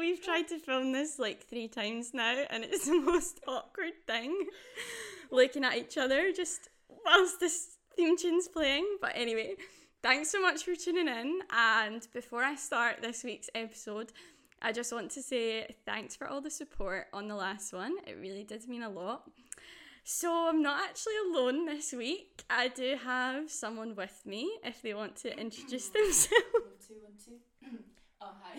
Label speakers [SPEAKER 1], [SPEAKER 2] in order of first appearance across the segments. [SPEAKER 1] We've tried to film this like three times now, and it's the most awkward thing looking at each other just whilst this theme tune's playing. But anyway, thanks so much for tuning in. And before I start this week's episode, I just want to say thanks for all the support on the last one. It really did mean a lot. So I'm not actually alone this week. I do have someone with me if they want to introduce themselves.
[SPEAKER 2] One, two, one, two. oh, hi.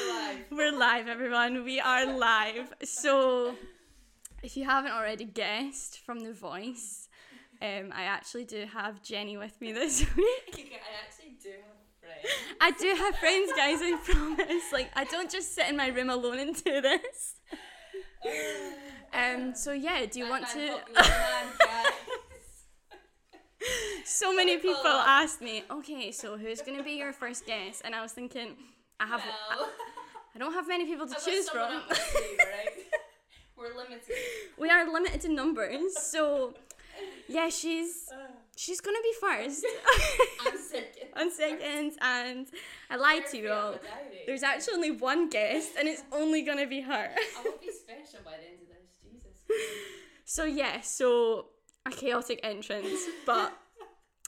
[SPEAKER 2] We're live.
[SPEAKER 1] We're live, everyone. We are live. So, if you haven't already guessed from the voice, um, I actually do have Jenny with me this week.
[SPEAKER 2] Okay, I actually do have friends.
[SPEAKER 1] I do have friends, guys. I promise. Like, I don't just sit in my room alone and do this. Um. So yeah, do you
[SPEAKER 2] That
[SPEAKER 1] want
[SPEAKER 2] man
[SPEAKER 1] to?
[SPEAKER 2] popular man, guys.
[SPEAKER 1] So many
[SPEAKER 2] Sorry,
[SPEAKER 1] people
[SPEAKER 2] Paula.
[SPEAKER 1] asked me, okay, so who's gonna be your first guest? And I was thinking, I have,
[SPEAKER 2] Well,
[SPEAKER 1] I don't have many people to
[SPEAKER 2] I've got
[SPEAKER 1] choose
[SPEAKER 2] someone
[SPEAKER 1] from.
[SPEAKER 2] up my sleeve, right? We're limited.
[SPEAKER 1] we are limited to numbers, so yeah, she's she's gonna be first.
[SPEAKER 2] I'm second.
[SPEAKER 1] on second, and I lied to you all.
[SPEAKER 2] eh?
[SPEAKER 1] There's actually only one guest, and it's only gonna be her.
[SPEAKER 2] I won't be special by the end of this. Jesus. Christ.
[SPEAKER 1] So yeah, so a chaotic entrance, but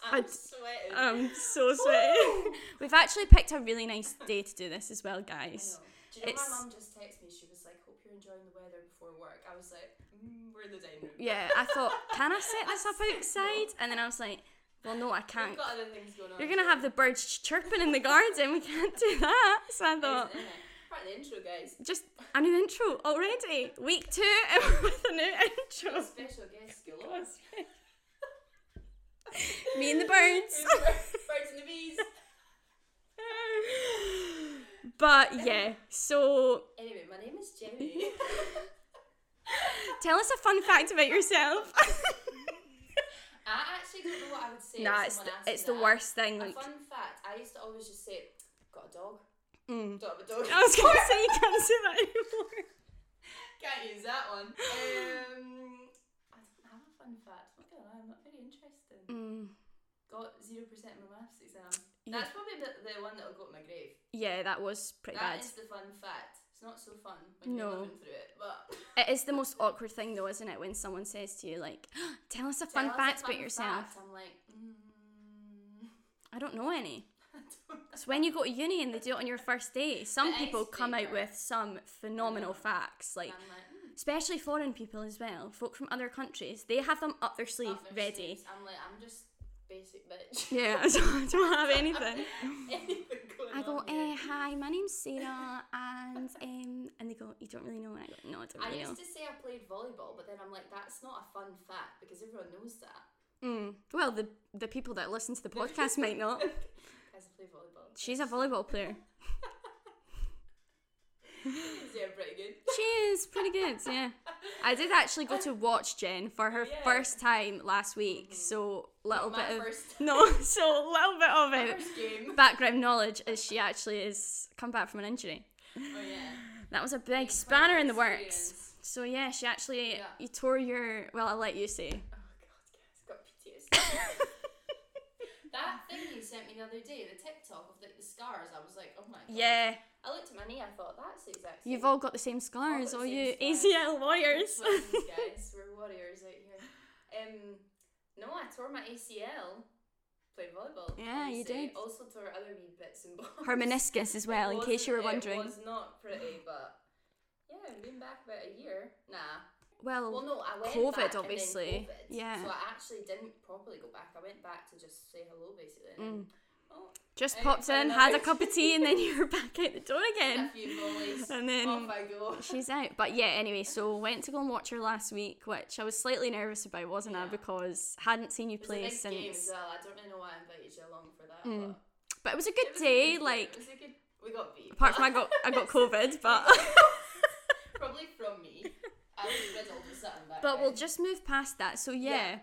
[SPEAKER 2] I'm
[SPEAKER 1] I'd-
[SPEAKER 2] sweating.
[SPEAKER 1] I'm so
[SPEAKER 2] Woo!
[SPEAKER 1] sweaty. We've actually picked a really nice day to do this as well,
[SPEAKER 2] I
[SPEAKER 1] guys.
[SPEAKER 2] know. Do you know
[SPEAKER 1] It's-
[SPEAKER 2] my mum just texted me? She was like, "Hope you're enjoying the weather before work." I was like, mm, "We're in the dining room."
[SPEAKER 1] Yeah, I thought, can I set
[SPEAKER 2] I
[SPEAKER 1] this up
[SPEAKER 2] said
[SPEAKER 1] outside? And then I was like, well, no, I
[SPEAKER 2] We've
[SPEAKER 1] can't.
[SPEAKER 2] got other things going on.
[SPEAKER 1] You're gonna have the birds chirping in the garden. We can't do that. So I thought,
[SPEAKER 2] Part of the intro, guys.
[SPEAKER 1] just a new intro already. Week two and with a new intro.
[SPEAKER 2] Special guest galore.
[SPEAKER 1] Me and the birds.
[SPEAKER 2] Birds and the bees.
[SPEAKER 1] But yeah, so
[SPEAKER 2] Anyway, my name is Jenny.
[SPEAKER 1] tell us a fun fact about yourself.
[SPEAKER 2] I actually don't know what I would say.
[SPEAKER 1] nah,
[SPEAKER 2] if
[SPEAKER 1] it's the,
[SPEAKER 2] someone asked me
[SPEAKER 1] it's the
[SPEAKER 2] that.
[SPEAKER 1] worst thing.
[SPEAKER 2] A
[SPEAKER 1] Like,
[SPEAKER 2] fun fact: I used to always just say, "Got a dog."
[SPEAKER 1] mm.
[SPEAKER 2] Don't have a dog.
[SPEAKER 1] I was gonna say you can't say that anymore.
[SPEAKER 2] Can't use that one. Um, I don't have a fun fact. What do I? I'm not very interesting.
[SPEAKER 1] Mm,
[SPEAKER 2] Got zero percent in my maths exam.
[SPEAKER 1] yeah.
[SPEAKER 2] That's probably the, the one that'll go to my grave.
[SPEAKER 1] yeah, that was pretty
[SPEAKER 2] That
[SPEAKER 1] bad.
[SPEAKER 2] is the fun fact. It's not so fun when
[SPEAKER 1] No.
[SPEAKER 2] you're living through it, but
[SPEAKER 1] It is the most awkward thing, though, isn't it? When someone says to you, like, tell us a fun
[SPEAKER 2] Tell us a
[SPEAKER 1] fact
[SPEAKER 2] fun
[SPEAKER 1] about yourself.
[SPEAKER 2] fact. I'm like, mm,
[SPEAKER 1] I don't know any.
[SPEAKER 2] I don't know.
[SPEAKER 1] It's when you go to uni and they do it on your first day. Some
[SPEAKER 2] The
[SPEAKER 1] people come out
[SPEAKER 2] icebreaker.
[SPEAKER 1] with some phenomenal
[SPEAKER 2] Yeah.
[SPEAKER 1] facts, like,
[SPEAKER 2] I'm like, mm,
[SPEAKER 1] especially foreign people as well, folk from other countries. They have them up their sleeve,
[SPEAKER 2] up their
[SPEAKER 1] ready.
[SPEAKER 2] sleeves. I'm like, I'm just basic bitch.
[SPEAKER 1] Yeah, so I don't have anything.
[SPEAKER 2] Anything going
[SPEAKER 1] I go,
[SPEAKER 2] on
[SPEAKER 1] eh,
[SPEAKER 2] here.
[SPEAKER 1] hi, my name's Sarah, and um, and they go, you don't really know, and I go, no, I don't
[SPEAKER 2] I
[SPEAKER 1] really know.
[SPEAKER 2] used to say I played volleyball, but then I'm like, that's not a fun fact because everyone knows that.
[SPEAKER 1] Mm. Well, the the people that listen to the podcast might not.
[SPEAKER 2] Guys, I play volleyball.
[SPEAKER 1] Oh. She's a volleyball player.
[SPEAKER 2] yeah, pretty good.
[SPEAKER 1] She is pretty good, yeah. I did actually go to watch Jen for her
[SPEAKER 2] Yeah. Mm-hmm.
[SPEAKER 1] first time last week, so little
[SPEAKER 2] Not my
[SPEAKER 1] bit of
[SPEAKER 2] first,
[SPEAKER 1] no, so little bit of
[SPEAKER 2] my
[SPEAKER 1] it.
[SPEAKER 2] first game.
[SPEAKER 1] Background knowledge is she actually is come back from an injury.
[SPEAKER 2] Oh yeah.
[SPEAKER 1] That was a
[SPEAKER 2] Quite an
[SPEAKER 1] big spanner in the works.
[SPEAKER 2] experience.
[SPEAKER 1] So yeah, she actually
[SPEAKER 2] Yeah.
[SPEAKER 1] you tore your well. I'll let you say.
[SPEAKER 2] Oh god, guys, I've got PTSD. that thing you sent me the other day, the TikTok of like the scars, I was like, oh my god.
[SPEAKER 1] Yeah,
[SPEAKER 2] I looked at my knee, I thought that's the exact.
[SPEAKER 1] you've
[SPEAKER 2] same.
[SPEAKER 1] all got the same scars,
[SPEAKER 2] the
[SPEAKER 1] all
[SPEAKER 2] same
[SPEAKER 1] you
[SPEAKER 2] scars.
[SPEAKER 1] ACL
[SPEAKER 2] We're
[SPEAKER 1] warriors.
[SPEAKER 2] Swiss guys, we're warriors out here. Um, no, I tore my ACL. Played volleyball.
[SPEAKER 1] Yeah, you
[SPEAKER 2] obviously.
[SPEAKER 1] did.
[SPEAKER 2] Also tore other wee bits and bobs.
[SPEAKER 1] her meniscus as well,
[SPEAKER 2] It
[SPEAKER 1] in case you were
[SPEAKER 2] wasn't-
[SPEAKER 1] wondering.
[SPEAKER 2] It was not pretty, but yeah, I've been back about a year. Nah. Well,
[SPEAKER 1] Well,
[SPEAKER 2] no, I went
[SPEAKER 1] COVID,
[SPEAKER 2] back and then
[SPEAKER 1] obviously.
[SPEAKER 2] COVID,
[SPEAKER 1] Yeah.
[SPEAKER 2] So I actually didn't properly go back. I went back to just say hello, basically. And
[SPEAKER 1] Mm.
[SPEAKER 2] Oh,
[SPEAKER 1] just
[SPEAKER 2] I
[SPEAKER 1] popped in,
[SPEAKER 2] found
[SPEAKER 1] had a
[SPEAKER 2] out.
[SPEAKER 1] cup of tea, and then you were back out the door
[SPEAKER 2] a
[SPEAKER 1] again.
[SPEAKER 2] few volleys.
[SPEAKER 1] And then
[SPEAKER 2] off I go.
[SPEAKER 1] She's out. But yeah, anyway, so went to go and watch her last week, which I was slightly nervous about, wasn't I?
[SPEAKER 2] Yeah.
[SPEAKER 1] Because hadn't seen you
[SPEAKER 2] It was a
[SPEAKER 1] play
[SPEAKER 2] big game
[SPEAKER 1] since.
[SPEAKER 2] as well. I don't really know why I invited you along for that.
[SPEAKER 1] Mm.
[SPEAKER 2] But
[SPEAKER 1] But it was a
[SPEAKER 2] It
[SPEAKER 1] good
[SPEAKER 2] was a
[SPEAKER 1] day,
[SPEAKER 2] good-
[SPEAKER 1] like
[SPEAKER 2] it was a good, we got beat.
[SPEAKER 1] apart from I
[SPEAKER 2] but-
[SPEAKER 1] got I got COVID, but
[SPEAKER 2] probably from me. I was riddled with something back
[SPEAKER 1] but we'll
[SPEAKER 2] then.
[SPEAKER 1] just move past that. So yeah.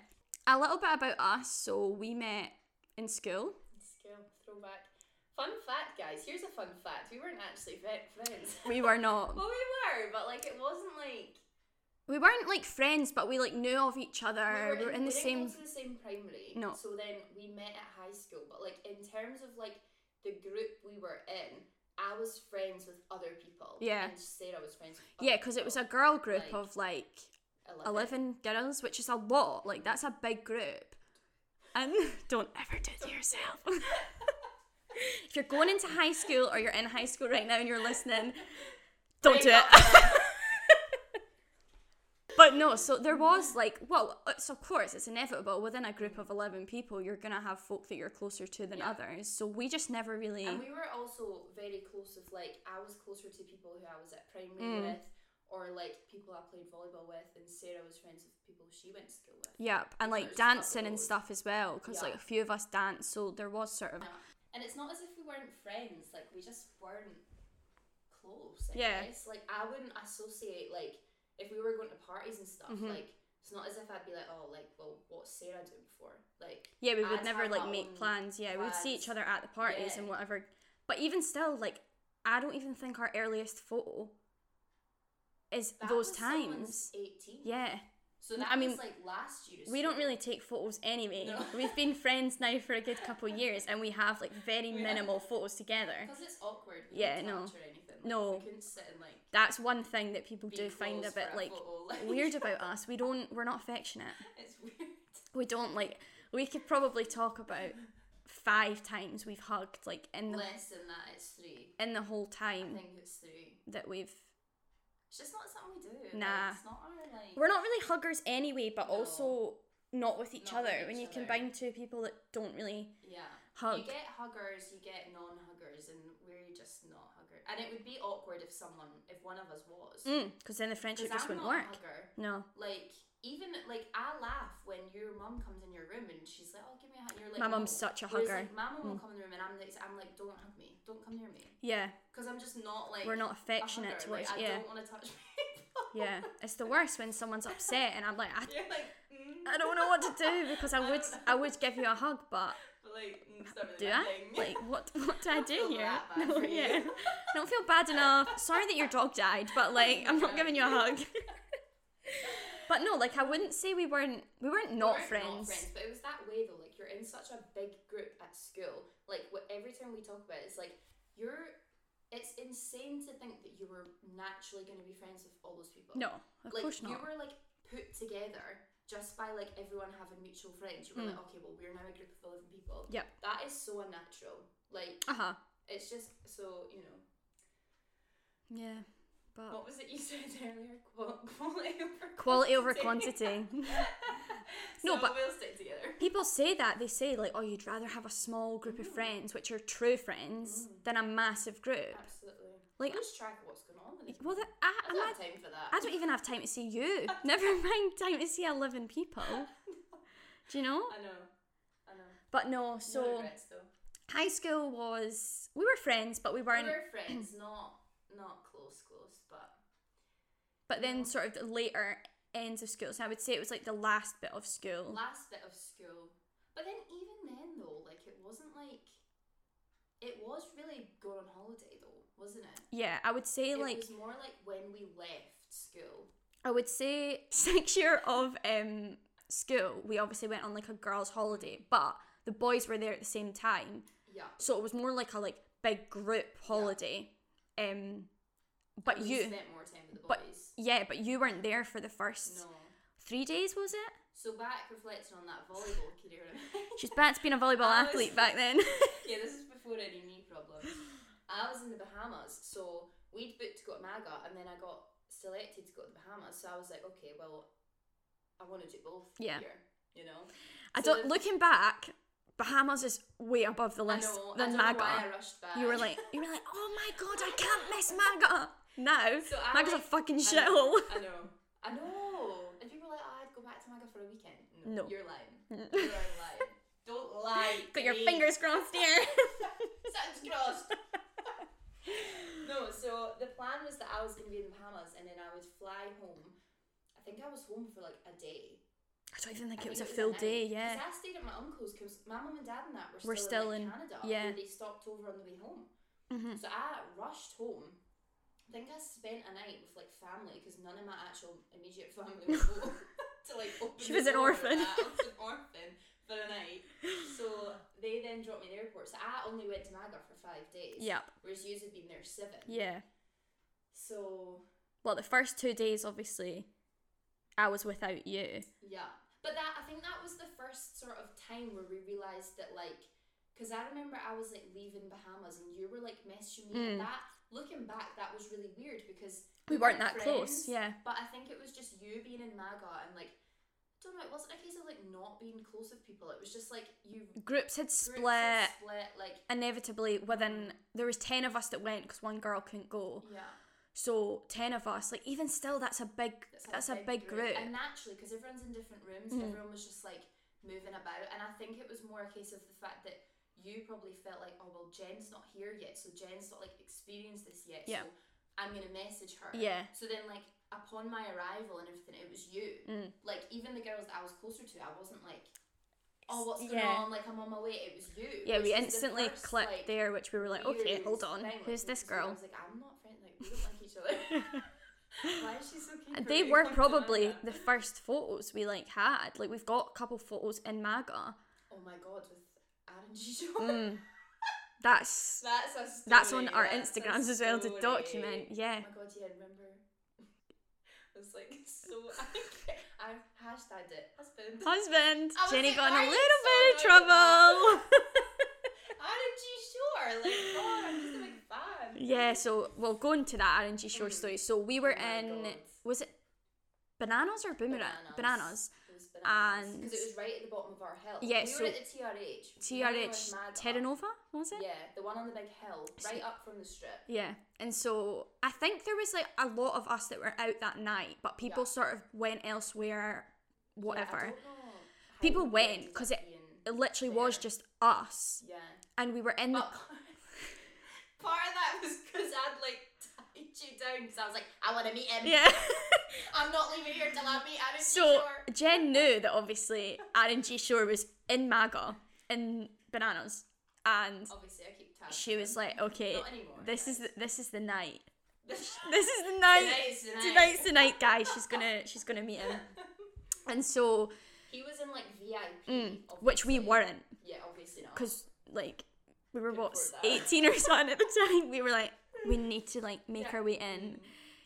[SPEAKER 2] Yeah.
[SPEAKER 1] A little bit about us. So we met in school.
[SPEAKER 2] Skill throwback. Fun fact, guys. Here's a fun fact. We weren't actually fe- friends.
[SPEAKER 1] We were not
[SPEAKER 2] well, we were, but like it wasn't like
[SPEAKER 1] we weren't like friends, but we like knew of each other. We Uh, were, in
[SPEAKER 2] we didn't
[SPEAKER 1] the same
[SPEAKER 2] Go to the same primary.
[SPEAKER 1] No.
[SPEAKER 2] So then we met at high school, but like in terms of like the group we were in, I was friends with other people.
[SPEAKER 1] Yeah.
[SPEAKER 2] And Sarah was friends with
[SPEAKER 1] Yeah,
[SPEAKER 2] other
[SPEAKER 1] because it was a
[SPEAKER 2] people.
[SPEAKER 1] girl group
[SPEAKER 2] Like,
[SPEAKER 1] of like
[SPEAKER 2] 11.
[SPEAKER 1] 11 girls, which is a lot. Like, that's a big group. And don't ever do it to yourself. if you're going into high school or you're in high school right now and you're listening, don't
[SPEAKER 2] Break
[SPEAKER 1] do
[SPEAKER 2] up
[SPEAKER 1] it. but no, so there was like, well, it's of course, it's inevitable. Within a group of 11 people, you're going to have folk that you're closer to than
[SPEAKER 2] Yeah.
[SPEAKER 1] others. So we just never really.
[SPEAKER 2] And we were also very close with like I was closer to people who I was at primary
[SPEAKER 1] Mm.
[SPEAKER 2] with or like people I played volleyball with and Sarah was friends with people she went to school with.
[SPEAKER 1] Yep, and
[SPEAKER 2] There's
[SPEAKER 1] like
[SPEAKER 2] a couple
[SPEAKER 1] dancing and
[SPEAKER 2] of-
[SPEAKER 1] stuff as well, because
[SPEAKER 2] Yeah.
[SPEAKER 1] like a few of us danced, so there was sort of
[SPEAKER 2] And it's not as if we weren't friends, like we just weren't close, I
[SPEAKER 1] Yeah.
[SPEAKER 2] guess. Like I wouldn't associate like if we were going to parties and stuff,
[SPEAKER 1] Mhm.
[SPEAKER 2] like it's not as if I'd be like, Oh, like, well, what's Sarah doing before? Like
[SPEAKER 1] Yeah, we would
[SPEAKER 2] I'd
[SPEAKER 1] never
[SPEAKER 2] have
[SPEAKER 1] like
[SPEAKER 2] my
[SPEAKER 1] make
[SPEAKER 2] own
[SPEAKER 1] plans. Yeah, we would see each
[SPEAKER 2] plans.
[SPEAKER 1] other at the parties
[SPEAKER 2] Yeah.
[SPEAKER 1] and whatever. But even still, like I don't even think our earliest photo is
[SPEAKER 2] that
[SPEAKER 1] those
[SPEAKER 2] was someone's
[SPEAKER 1] times.
[SPEAKER 2] eighteen.
[SPEAKER 1] Yeah,
[SPEAKER 2] So
[SPEAKER 1] N-
[SPEAKER 2] that
[SPEAKER 1] I
[SPEAKER 2] was
[SPEAKER 1] mean,
[SPEAKER 2] like last year's
[SPEAKER 1] we don't
[SPEAKER 2] year.
[SPEAKER 1] really take photos anyway.
[SPEAKER 2] No.
[SPEAKER 1] We've been friends now for a good couple years, and we have like very
[SPEAKER 2] Yeah.
[SPEAKER 1] minimal photos together.
[SPEAKER 2] because it's awkward. We yeah,
[SPEAKER 1] Yeah, no.
[SPEAKER 2] no. Or anything. Like,
[SPEAKER 1] No.
[SPEAKER 2] we couldn't sit and like
[SPEAKER 1] That's one thing that people
[SPEAKER 2] be
[SPEAKER 1] do find a
[SPEAKER 2] close for
[SPEAKER 1] bit like
[SPEAKER 2] photo, like,
[SPEAKER 1] weird about us. We don't. We're not affectionate.
[SPEAKER 2] it's weird.
[SPEAKER 1] We don't like. We could probably talk about five times we've hugged like in the
[SPEAKER 2] Less than that, it's three.
[SPEAKER 1] in the whole
[SPEAKER 2] I
[SPEAKER 1] time
[SPEAKER 2] think it's three.
[SPEAKER 1] that we've
[SPEAKER 2] It's just not something we do. like,
[SPEAKER 1] Nah.
[SPEAKER 2] it's not our like.
[SPEAKER 1] we're not really huggers anyway but
[SPEAKER 2] No.
[SPEAKER 1] also not with each
[SPEAKER 2] Not with
[SPEAKER 1] other
[SPEAKER 2] each
[SPEAKER 1] when you
[SPEAKER 2] other.
[SPEAKER 1] combine two people that don't really
[SPEAKER 2] yeah.
[SPEAKER 1] hug
[SPEAKER 2] You get huggers, you get non-huggers, and we're just not huggers. And it would be awkward if someone, if one of us was,
[SPEAKER 1] because then the friendship just
[SPEAKER 2] I'm
[SPEAKER 1] Mm, wouldn't
[SPEAKER 2] not
[SPEAKER 1] work
[SPEAKER 2] a hugger.
[SPEAKER 1] no
[SPEAKER 2] Like even like I laugh when your mum comes in your room and she's like, "Oh, give me a hug." You're like,
[SPEAKER 1] my mum's
[SPEAKER 2] no.
[SPEAKER 1] such a
[SPEAKER 2] Whereas,
[SPEAKER 1] hugger Mm.
[SPEAKER 2] Like, my mum will come in the room and I'm like, I'm like, don't hug me, don't come near me,
[SPEAKER 1] yeah
[SPEAKER 2] because I'm just not like.
[SPEAKER 1] we're not
[SPEAKER 2] a
[SPEAKER 1] affectionate
[SPEAKER 2] hugger,
[SPEAKER 1] towards
[SPEAKER 2] like, I
[SPEAKER 1] yeah
[SPEAKER 2] don't want to touch people.
[SPEAKER 1] yeah it's the worst when someone's upset and i'm like I,
[SPEAKER 2] You're like, mm.
[SPEAKER 1] I don't know what to do because i would
[SPEAKER 2] don't
[SPEAKER 1] i
[SPEAKER 2] know.
[SPEAKER 1] would give you a hug but
[SPEAKER 2] But like, mm, it's not really
[SPEAKER 1] do
[SPEAKER 2] my
[SPEAKER 1] i
[SPEAKER 2] thing.
[SPEAKER 1] like what what do i
[SPEAKER 2] Don't
[SPEAKER 1] do
[SPEAKER 2] feel
[SPEAKER 1] here
[SPEAKER 2] that bad
[SPEAKER 1] no
[SPEAKER 2] for you.
[SPEAKER 1] yeah I don't feel bad enough. Sorry that your dog died, but like I'm not
[SPEAKER 2] Yeah.
[SPEAKER 1] giving you a hug. but no, like I wouldn't say we weren't we weren't
[SPEAKER 2] We
[SPEAKER 1] not
[SPEAKER 2] weren't
[SPEAKER 1] friends.
[SPEAKER 2] friends, but it was that way though. Like you're in such a big group at school. Like what, every time we talk about it, it's like you're. It's insane to think that you were naturally going to be friends with all those people.
[SPEAKER 1] No, of
[SPEAKER 2] like
[SPEAKER 1] course
[SPEAKER 2] you
[SPEAKER 1] not.
[SPEAKER 2] were like put together just by like everyone having mutual friends. You were
[SPEAKER 1] Mm.
[SPEAKER 2] like, okay, well we're now a group of eleven people.
[SPEAKER 1] Yep.
[SPEAKER 2] That is so unnatural. Like
[SPEAKER 1] Uh huh.
[SPEAKER 2] it's just so you know.
[SPEAKER 1] Yeah, but
[SPEAKER 2] What was it you said earlier? Qual- Quality over
[SPEAKER 1] quality over
[SPEAKER 2] quantity.
[SPEAKER 1] quantity.
[SPEAKER 2] so
[SPEAKER 1] No, but-
[SPEAKER 2] we'll stick together.
[SPEAKER 1] People say that they say like, oh, you'd rather have a small group
[SPEAKER 2] Mm.
[SPEAKER 1] of friends, which are true friends, than a massive group.
[SPEAKER 2] Absolutely.
[SPEAKER 1] Uh, Like-
[SPEAKER 2] lose track of what's going on. With it.
[SPEAKER 1] Well, that,
[SPEAKER 2] I
[SPEAKER 1] I,
[SPEAKER 2] don't
[SPEAKER 1] I,
[SPEAKER 2] have time for that.
[SPEAKER 1] I don't even have time to see you. Never mind time to see eleven people. Do you know?
[SPEAKER 2] I know. I know.
[SPEAKER 1] But no,
[SPEAKER 2] No
[SPEAKER 1] so.
[SPEAKER 2] regrets though.
[SPEAKER 1] High school was we were friends, but we
[SPEAKER 2] We
[SPEAKER 1] weren't.
[SPEAKER 2] were friends, not not close, close, but
[SPEAKER 1] But then sort of the later ends of school. So I would say it was like the last bit of school.
[SPEAKER 2] last bit of school. But then even then though, like it wasn't like it was really going on holiday though, wasn't it?
[SPEAKER 1] yeah, I would say
[SPEAKER 2] It
[SPEAKER 1] like
[SPEAKER 2] was more like when we left school.
[SPEAKER 1] I would say six year of um school. We obviously went on like a girls' holiday, but the boys were there at the same time,
[SPEAKER 2] Yeah.
[SPEAKER 1] so it was more like a like big group holiday. Um, but
[SPEAKER 2] we
[SPEAKER 1] you,
[SPEAKER 2] spent more time with the
[SPEAKER 1] but-
[SPEAKER 2] boys.
[SPEAKER 1] yeah, but you weren't there for the first
[SPEAKER 2] No.
[SPEAKER 1] three days, was it?
[SPEAKER 2] So back reflecting on that volleyball career.
[SPEAKER 1] She's back to being a volleyball
[SPEAKER 2] I was-
[SPEAKER 1] athlete back then.
[SPEAKER 2] yeah, this is before any knee problems. I was in the Bahamas, so we'd booked to go to MAGA, and then I got selected to go to the Bahamas. So I was like, okay, well, I want to do both
[SPEAKER 1] Yeah.
[SPEAKER 2] here, you know.
[SPEAKER 1] I
[SPEAKER 2] So
[SPEAKER 1] don't.
[SPEAKER 2] then-
[SPEAKER 1] Looking back, Bahamas is way above the
[SPEAKER 2] I
[SPEAKER 1] list
[SPEAKER 2] know. I
[SPEAKER 1] than
[SPEAKER 2] don't know why I
[SPEAKER 1] MAGA.
[SPEAKER 2] rushed back.
[SPEAKER 1] You were like, you were like, oh my god, I can't miss MAGA. No,
[SPEAKER 2] So I
[SPEAKER 1] MAGA's a
[SPEAKER 2] like-
[SPEAKER 1] fucking
[SPEAKER 2] I know,
[SPEAKER 1] shithole.
[SPEAKER 2] I know. I know. And people are like, oh, I'd go back to MAGA for a weekend. No,
[SPEAKER 1] No.
[SPEAKER 2] you're lying. You're lying. Don't lie.
[SPEAKER 1] Got your
[SPEAKER 2] Kate.
[SPEAKER 1] fingers crossed here.
[SPEAKER 2] Sounds crossed. no, so the plan was that I was going to be in the Bahamas and then I would fly home. I think I was home for like a day.
[SPEAKER 1] I don't even think it was a
[SPEAKER 2] think
[SPEAKER 1] full
[SPEAKER 2] night.
[SPEAKER 1] day. Yeah,
[SPEAKER 2] 'Cause I stayed at my uncle's because my mum and dad and that were still,
[SPEAKER 1] Were still
[SPEAKER 2] in,
[SPEAKER 1] in-
[SPEAKER 2] like, Canada.
[SPEAKER 1] yeah.
[SPEAKER 2] where they stopped over on the way home.
[SPEAKER 1] Mhm.
[SPEAKER 2] So I rushed home. I think I spent a night with like family because none of my actual immediate family was home to like open
[SPEAKER 1] She
[SPEAKER 2] the
[SPEAKER 1] was an
[SPEAKER 2] door.
[SPEAKER 1] orphan.
[SPEAKER 2] I was an orphan for a night. So they then dropped me at the airport. So I only went to Maga for five days.
[SPEAKER 1] Yep.
[SPEAKER 2] Whereas you had been there seven.
[SPEAKER 1] Yeah.
[SPEAKER 2] So
[SPEAKER 1] Well, the first two days, obviously, I was without you.
[SPEAKER 2] yeah, but that I think that was the first sort of time where we realized that like, because I remember I was like leaving Bahamas and you were like messaging me
[SPEAKER 1] Mm.
[SPEAKER 2] and that. Looking back, that was really weird because
[SPEAKER 1] We weren't
[SPEAKER 2] weren't
[SPEAKER 1] that
[SPEAKER 2] friends.
[SPEAKER 1] close. Yeah.
[SPEAKER 2] But I think it was just you being in Maga and like, I don't know. It wasn't a case of like not being close with people. It was just like you
[SPEAKER 1] Groups had
[SPEAKER 2] groups
[SPEAKER 1] split.
[SPEAKER 2] had split like
[SPEAKER 1] Inevitably, within there was ten of us that went because one girl couldn't go.
[SPEAKER 2] yeah.
[SPEAKER 1] So ten of us, like even still, that's a big that's, a big, group.
[SPEAKER 2] And naturally, because everyone's in different rooms,
[SPEAKER 1] Mm.
[SPEAKER 2] everyone was just like moving about. And I think it was more a case of the fact that you probably felt like, oh, well, Jen's not here yet, so Jen's not like experienced this yet,
[SPEAKER 1] Yeah.
[SPEAKER 2] so I'm going to message her.
[SPEAKER 1] Yeah.
[SPEAKER 2] So then, like, upon my arrival and everything, it was you.
[SPEAKER 1] Mm.
[SPEAKER 2] Like, even the girls that I was closer to, I wasn't like, oh, what's going
[SPEAKER 1] Yeah.
[SPEAKER 2] on? Like, I'm on my way. It was you.
[SPEAKER 1] Yeah, we
[SPEAKER 2] which was the
[SPEAKER 1] instantly
[SPEAKER 2] first,
[SPEAKER 1] clicked
[SPEAKER 2] like,
[SPEAKER 1] there, which we were like, okay,
[SPEAKER 2] weirdest
[SPEAKER 1] hold on,
[SPEAKER 2] thing, like,
[SPEAKER 1] who's this
[SPEAKER 2] because I
[SPEAKER 1] girl?
[SPEAKER 2] was like, I'm not friends. Like, we don't like each other. Why is she so
[SPEAKER 1] And
[SPEAKER 2] cute?
[SPEAKER 1] they were probably the first photos we like had. Like we've got a couple photos in MAGA.
[SPEAKER 2] Oh my god, with Aaron G.
[SPEAKER 1] Mm. That's
[SPEAKER 2] That's a story.
[SPEAKER 1] that's on our
[SPEAKER 2] that's a
[SPEAKER 1] Instagrams as well to
[SPEAKER 2] story.
[SPEAKER 1] document.
[SPEAKER 2] Oh
[SPEAKER 1] Yeah.
[SPEAKER 2] my god, yeah, I remember. It was like so. I hashtagged it. Husband.
[SPEAKER 1] Husband,
[SPEAKER 2] I was
[SPEAKER 1] Jenny
[SPEAKER 2] like,
[SPEAKER 1] got in
[SPEAKER 2] why are
[SPEAKER 1] a
[SPEAKER 2] you
[SPEAKER 1] little
[SPEAKER 2] so
[SPEAKER 1] bit of
[SPEAKER 2] annoyed about
[SPEAKER 1] trouble.
[SPEAKER 2] Aaron G. Shore. Like, god, I'm just a big fan.
[SPEAKER 1] yeah, so we'll go into that RNG short
[SPEAKER 2] Mm.
[SPEAKER 1] story. So we were
[SPEAKER 2] Oh my
[SPEAKER 1] in
[SPEAKER 2] God.
[SPEAKER 1] was it bananas or boomerang? Bananas.
[SPEAKER 2] Bananas. It was bananas.
[SPEAKER 1] And-
[SPEAKER 2] Because it was right at the bottom of our hill.
[SPEAKER 1] Yeah,
[SPEAKER 2] we
[SPEAKER 1] so-
[SPEAKER 2] were at the TRH. We were in
[SPEAKER 1] TRH
[SPEAKER 2] Maga.
[SPEAKER 1] Terra Nova, was it?
[SPEAKER 2] Yeah, the one on the big hill, right up from the strip.
[SPEAKER 1] Yeah. And so I think there was like a lot of us that were out that night, but people
[SPEAKER 2] Yeah.
[SPEAKER 1] sort of went elsewhere,
[SPEAKER 2] Yeah, I
[SPEAKER 1] whatever.
[SPEAKER 2] don't know how
[SPEAKER 1] People
[SPEAKER 2] we
[SPEAKER 1] went,
[SPEAKER 2] ended up
[SPEAKER 1] 'cause it-
[SPEAKER 2] being-
[SPEAKER 1] it literally was
[SPEAKER 2] there.
[SPEAKER 1] just us,
[SPEAKER 2] Yeah.
[SPEAKER 1] and we were in the.
[SPEAKER 2] But part of that was because I'd like tied you down because I was like, I want to meet him.
[SPEAKER 1] Yeah.
[SPEAKER 2] I'm not leaving here till I meet Aaron
[SPEAKER 1] so
[SPEAKER 2] Shore.
[SPEAKER 1] Jen knew that obviously RNG Shore was in MAGA in bananas, and
[SPEAKER 2] Obviously, I keep tagging.
[SPEAKER 1] she was
[SPEAKER 2] him.
[SPEAKER 1] like, "Okay,
[SPEAKER 2] Oh, Not anymore,
[SPEAKER 1] this is
[SPEAKER 2] guys.
[SPEAKER 1] the, this is the night.
[SPEAKER 2] This-
[SPEAKER 1] This is the night.
[SPEAKER 2] Tonight's the night.
[SPEAKER 1] Tonight's the night, guys. She's gonna she's gonna meet him." And so,
[SPEAKER 2] He was in like VIP,
[SPEAKER 1] mm, which we
[SPEAKER 2] obviously.
[SPEAKER 1] weren't,
[SPEAKER 2] Yeah, obviously not.
[SPEAKER 1] because like we were
[SPEAKER 2] Couldn't
[SPEAKER 1] what
[SPEAKER 2] afford that.
[SPEAKER 1] eighteen or something at the time. We were like, we need to like make
[SPEAKER 2] Yeah.
[SPEAKER 1] our way in.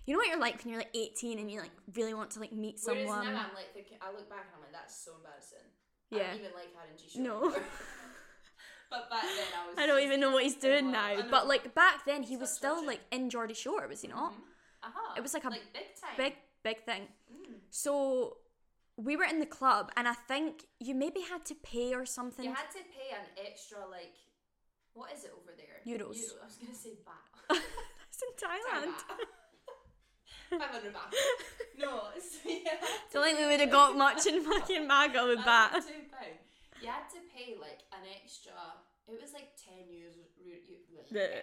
[SPEAKER 1] You know what you're like when you're like 18 and you like really want to like meet
[SPEAKER 2] Whereas
[SPEAKER 1] someone.
[SPEAKER 2] now I'm like, thinking, I look back and I'm like, that's so embarrassing. I
[SPEAKER 1] Yeah.
[SPEAKER 2] don't even like Aaron G. Shore.
[SPEAKER 1] No.
[SPEAKER 2] anymore. but back then I was.
[SPEAKER 1] I don't
[SPEAKER 2] just-
[SPEAKER 1] even know what he's doing
[SPEAKER 2] Wow, I
[SPEAKER 1] now.
[SPEAKER 2] know.
[SPEAKER 1] But like back then, he
[SPEAKER 2] Such
[SPEAKER 1] was
[SPEAKER 2] a
[SPEAKER 1] still
[SPEAKER 2] shame.
[SPEAKER 1] like in Geordie Shore, was he not?
[SPEAKER 2] Mhm. Uh-huh.
[SPEAKER 1] It was like a
[SPEAKER 2] like big time.
[SPEAKER 1] Big, big thing.
[SPEAKER 2] Mm.
[SPEAKER 1] So we were in the club, and I think you maybe had to pay or something.
[SPEAKER 2] You had to pay an extra like, what is it over there?
[SPEAKER 1] Euros.
[SPEAKER 2] Euro. I was gonna say baht.
[SPEAKER 1] That's in Thailand.
[SPEAKER 2] Five hundred baht. No, it's yeah.
[SPEAKER 1] Don't think we would have got much in fucking MAGA
[SPEAKER 2] Uh,
[SPEAKER 1] with that.
[SPEAKER 2] Two pound. You had to pay like an extra. It was like ten euros. ru- eu-
[SPEAKER 1] The-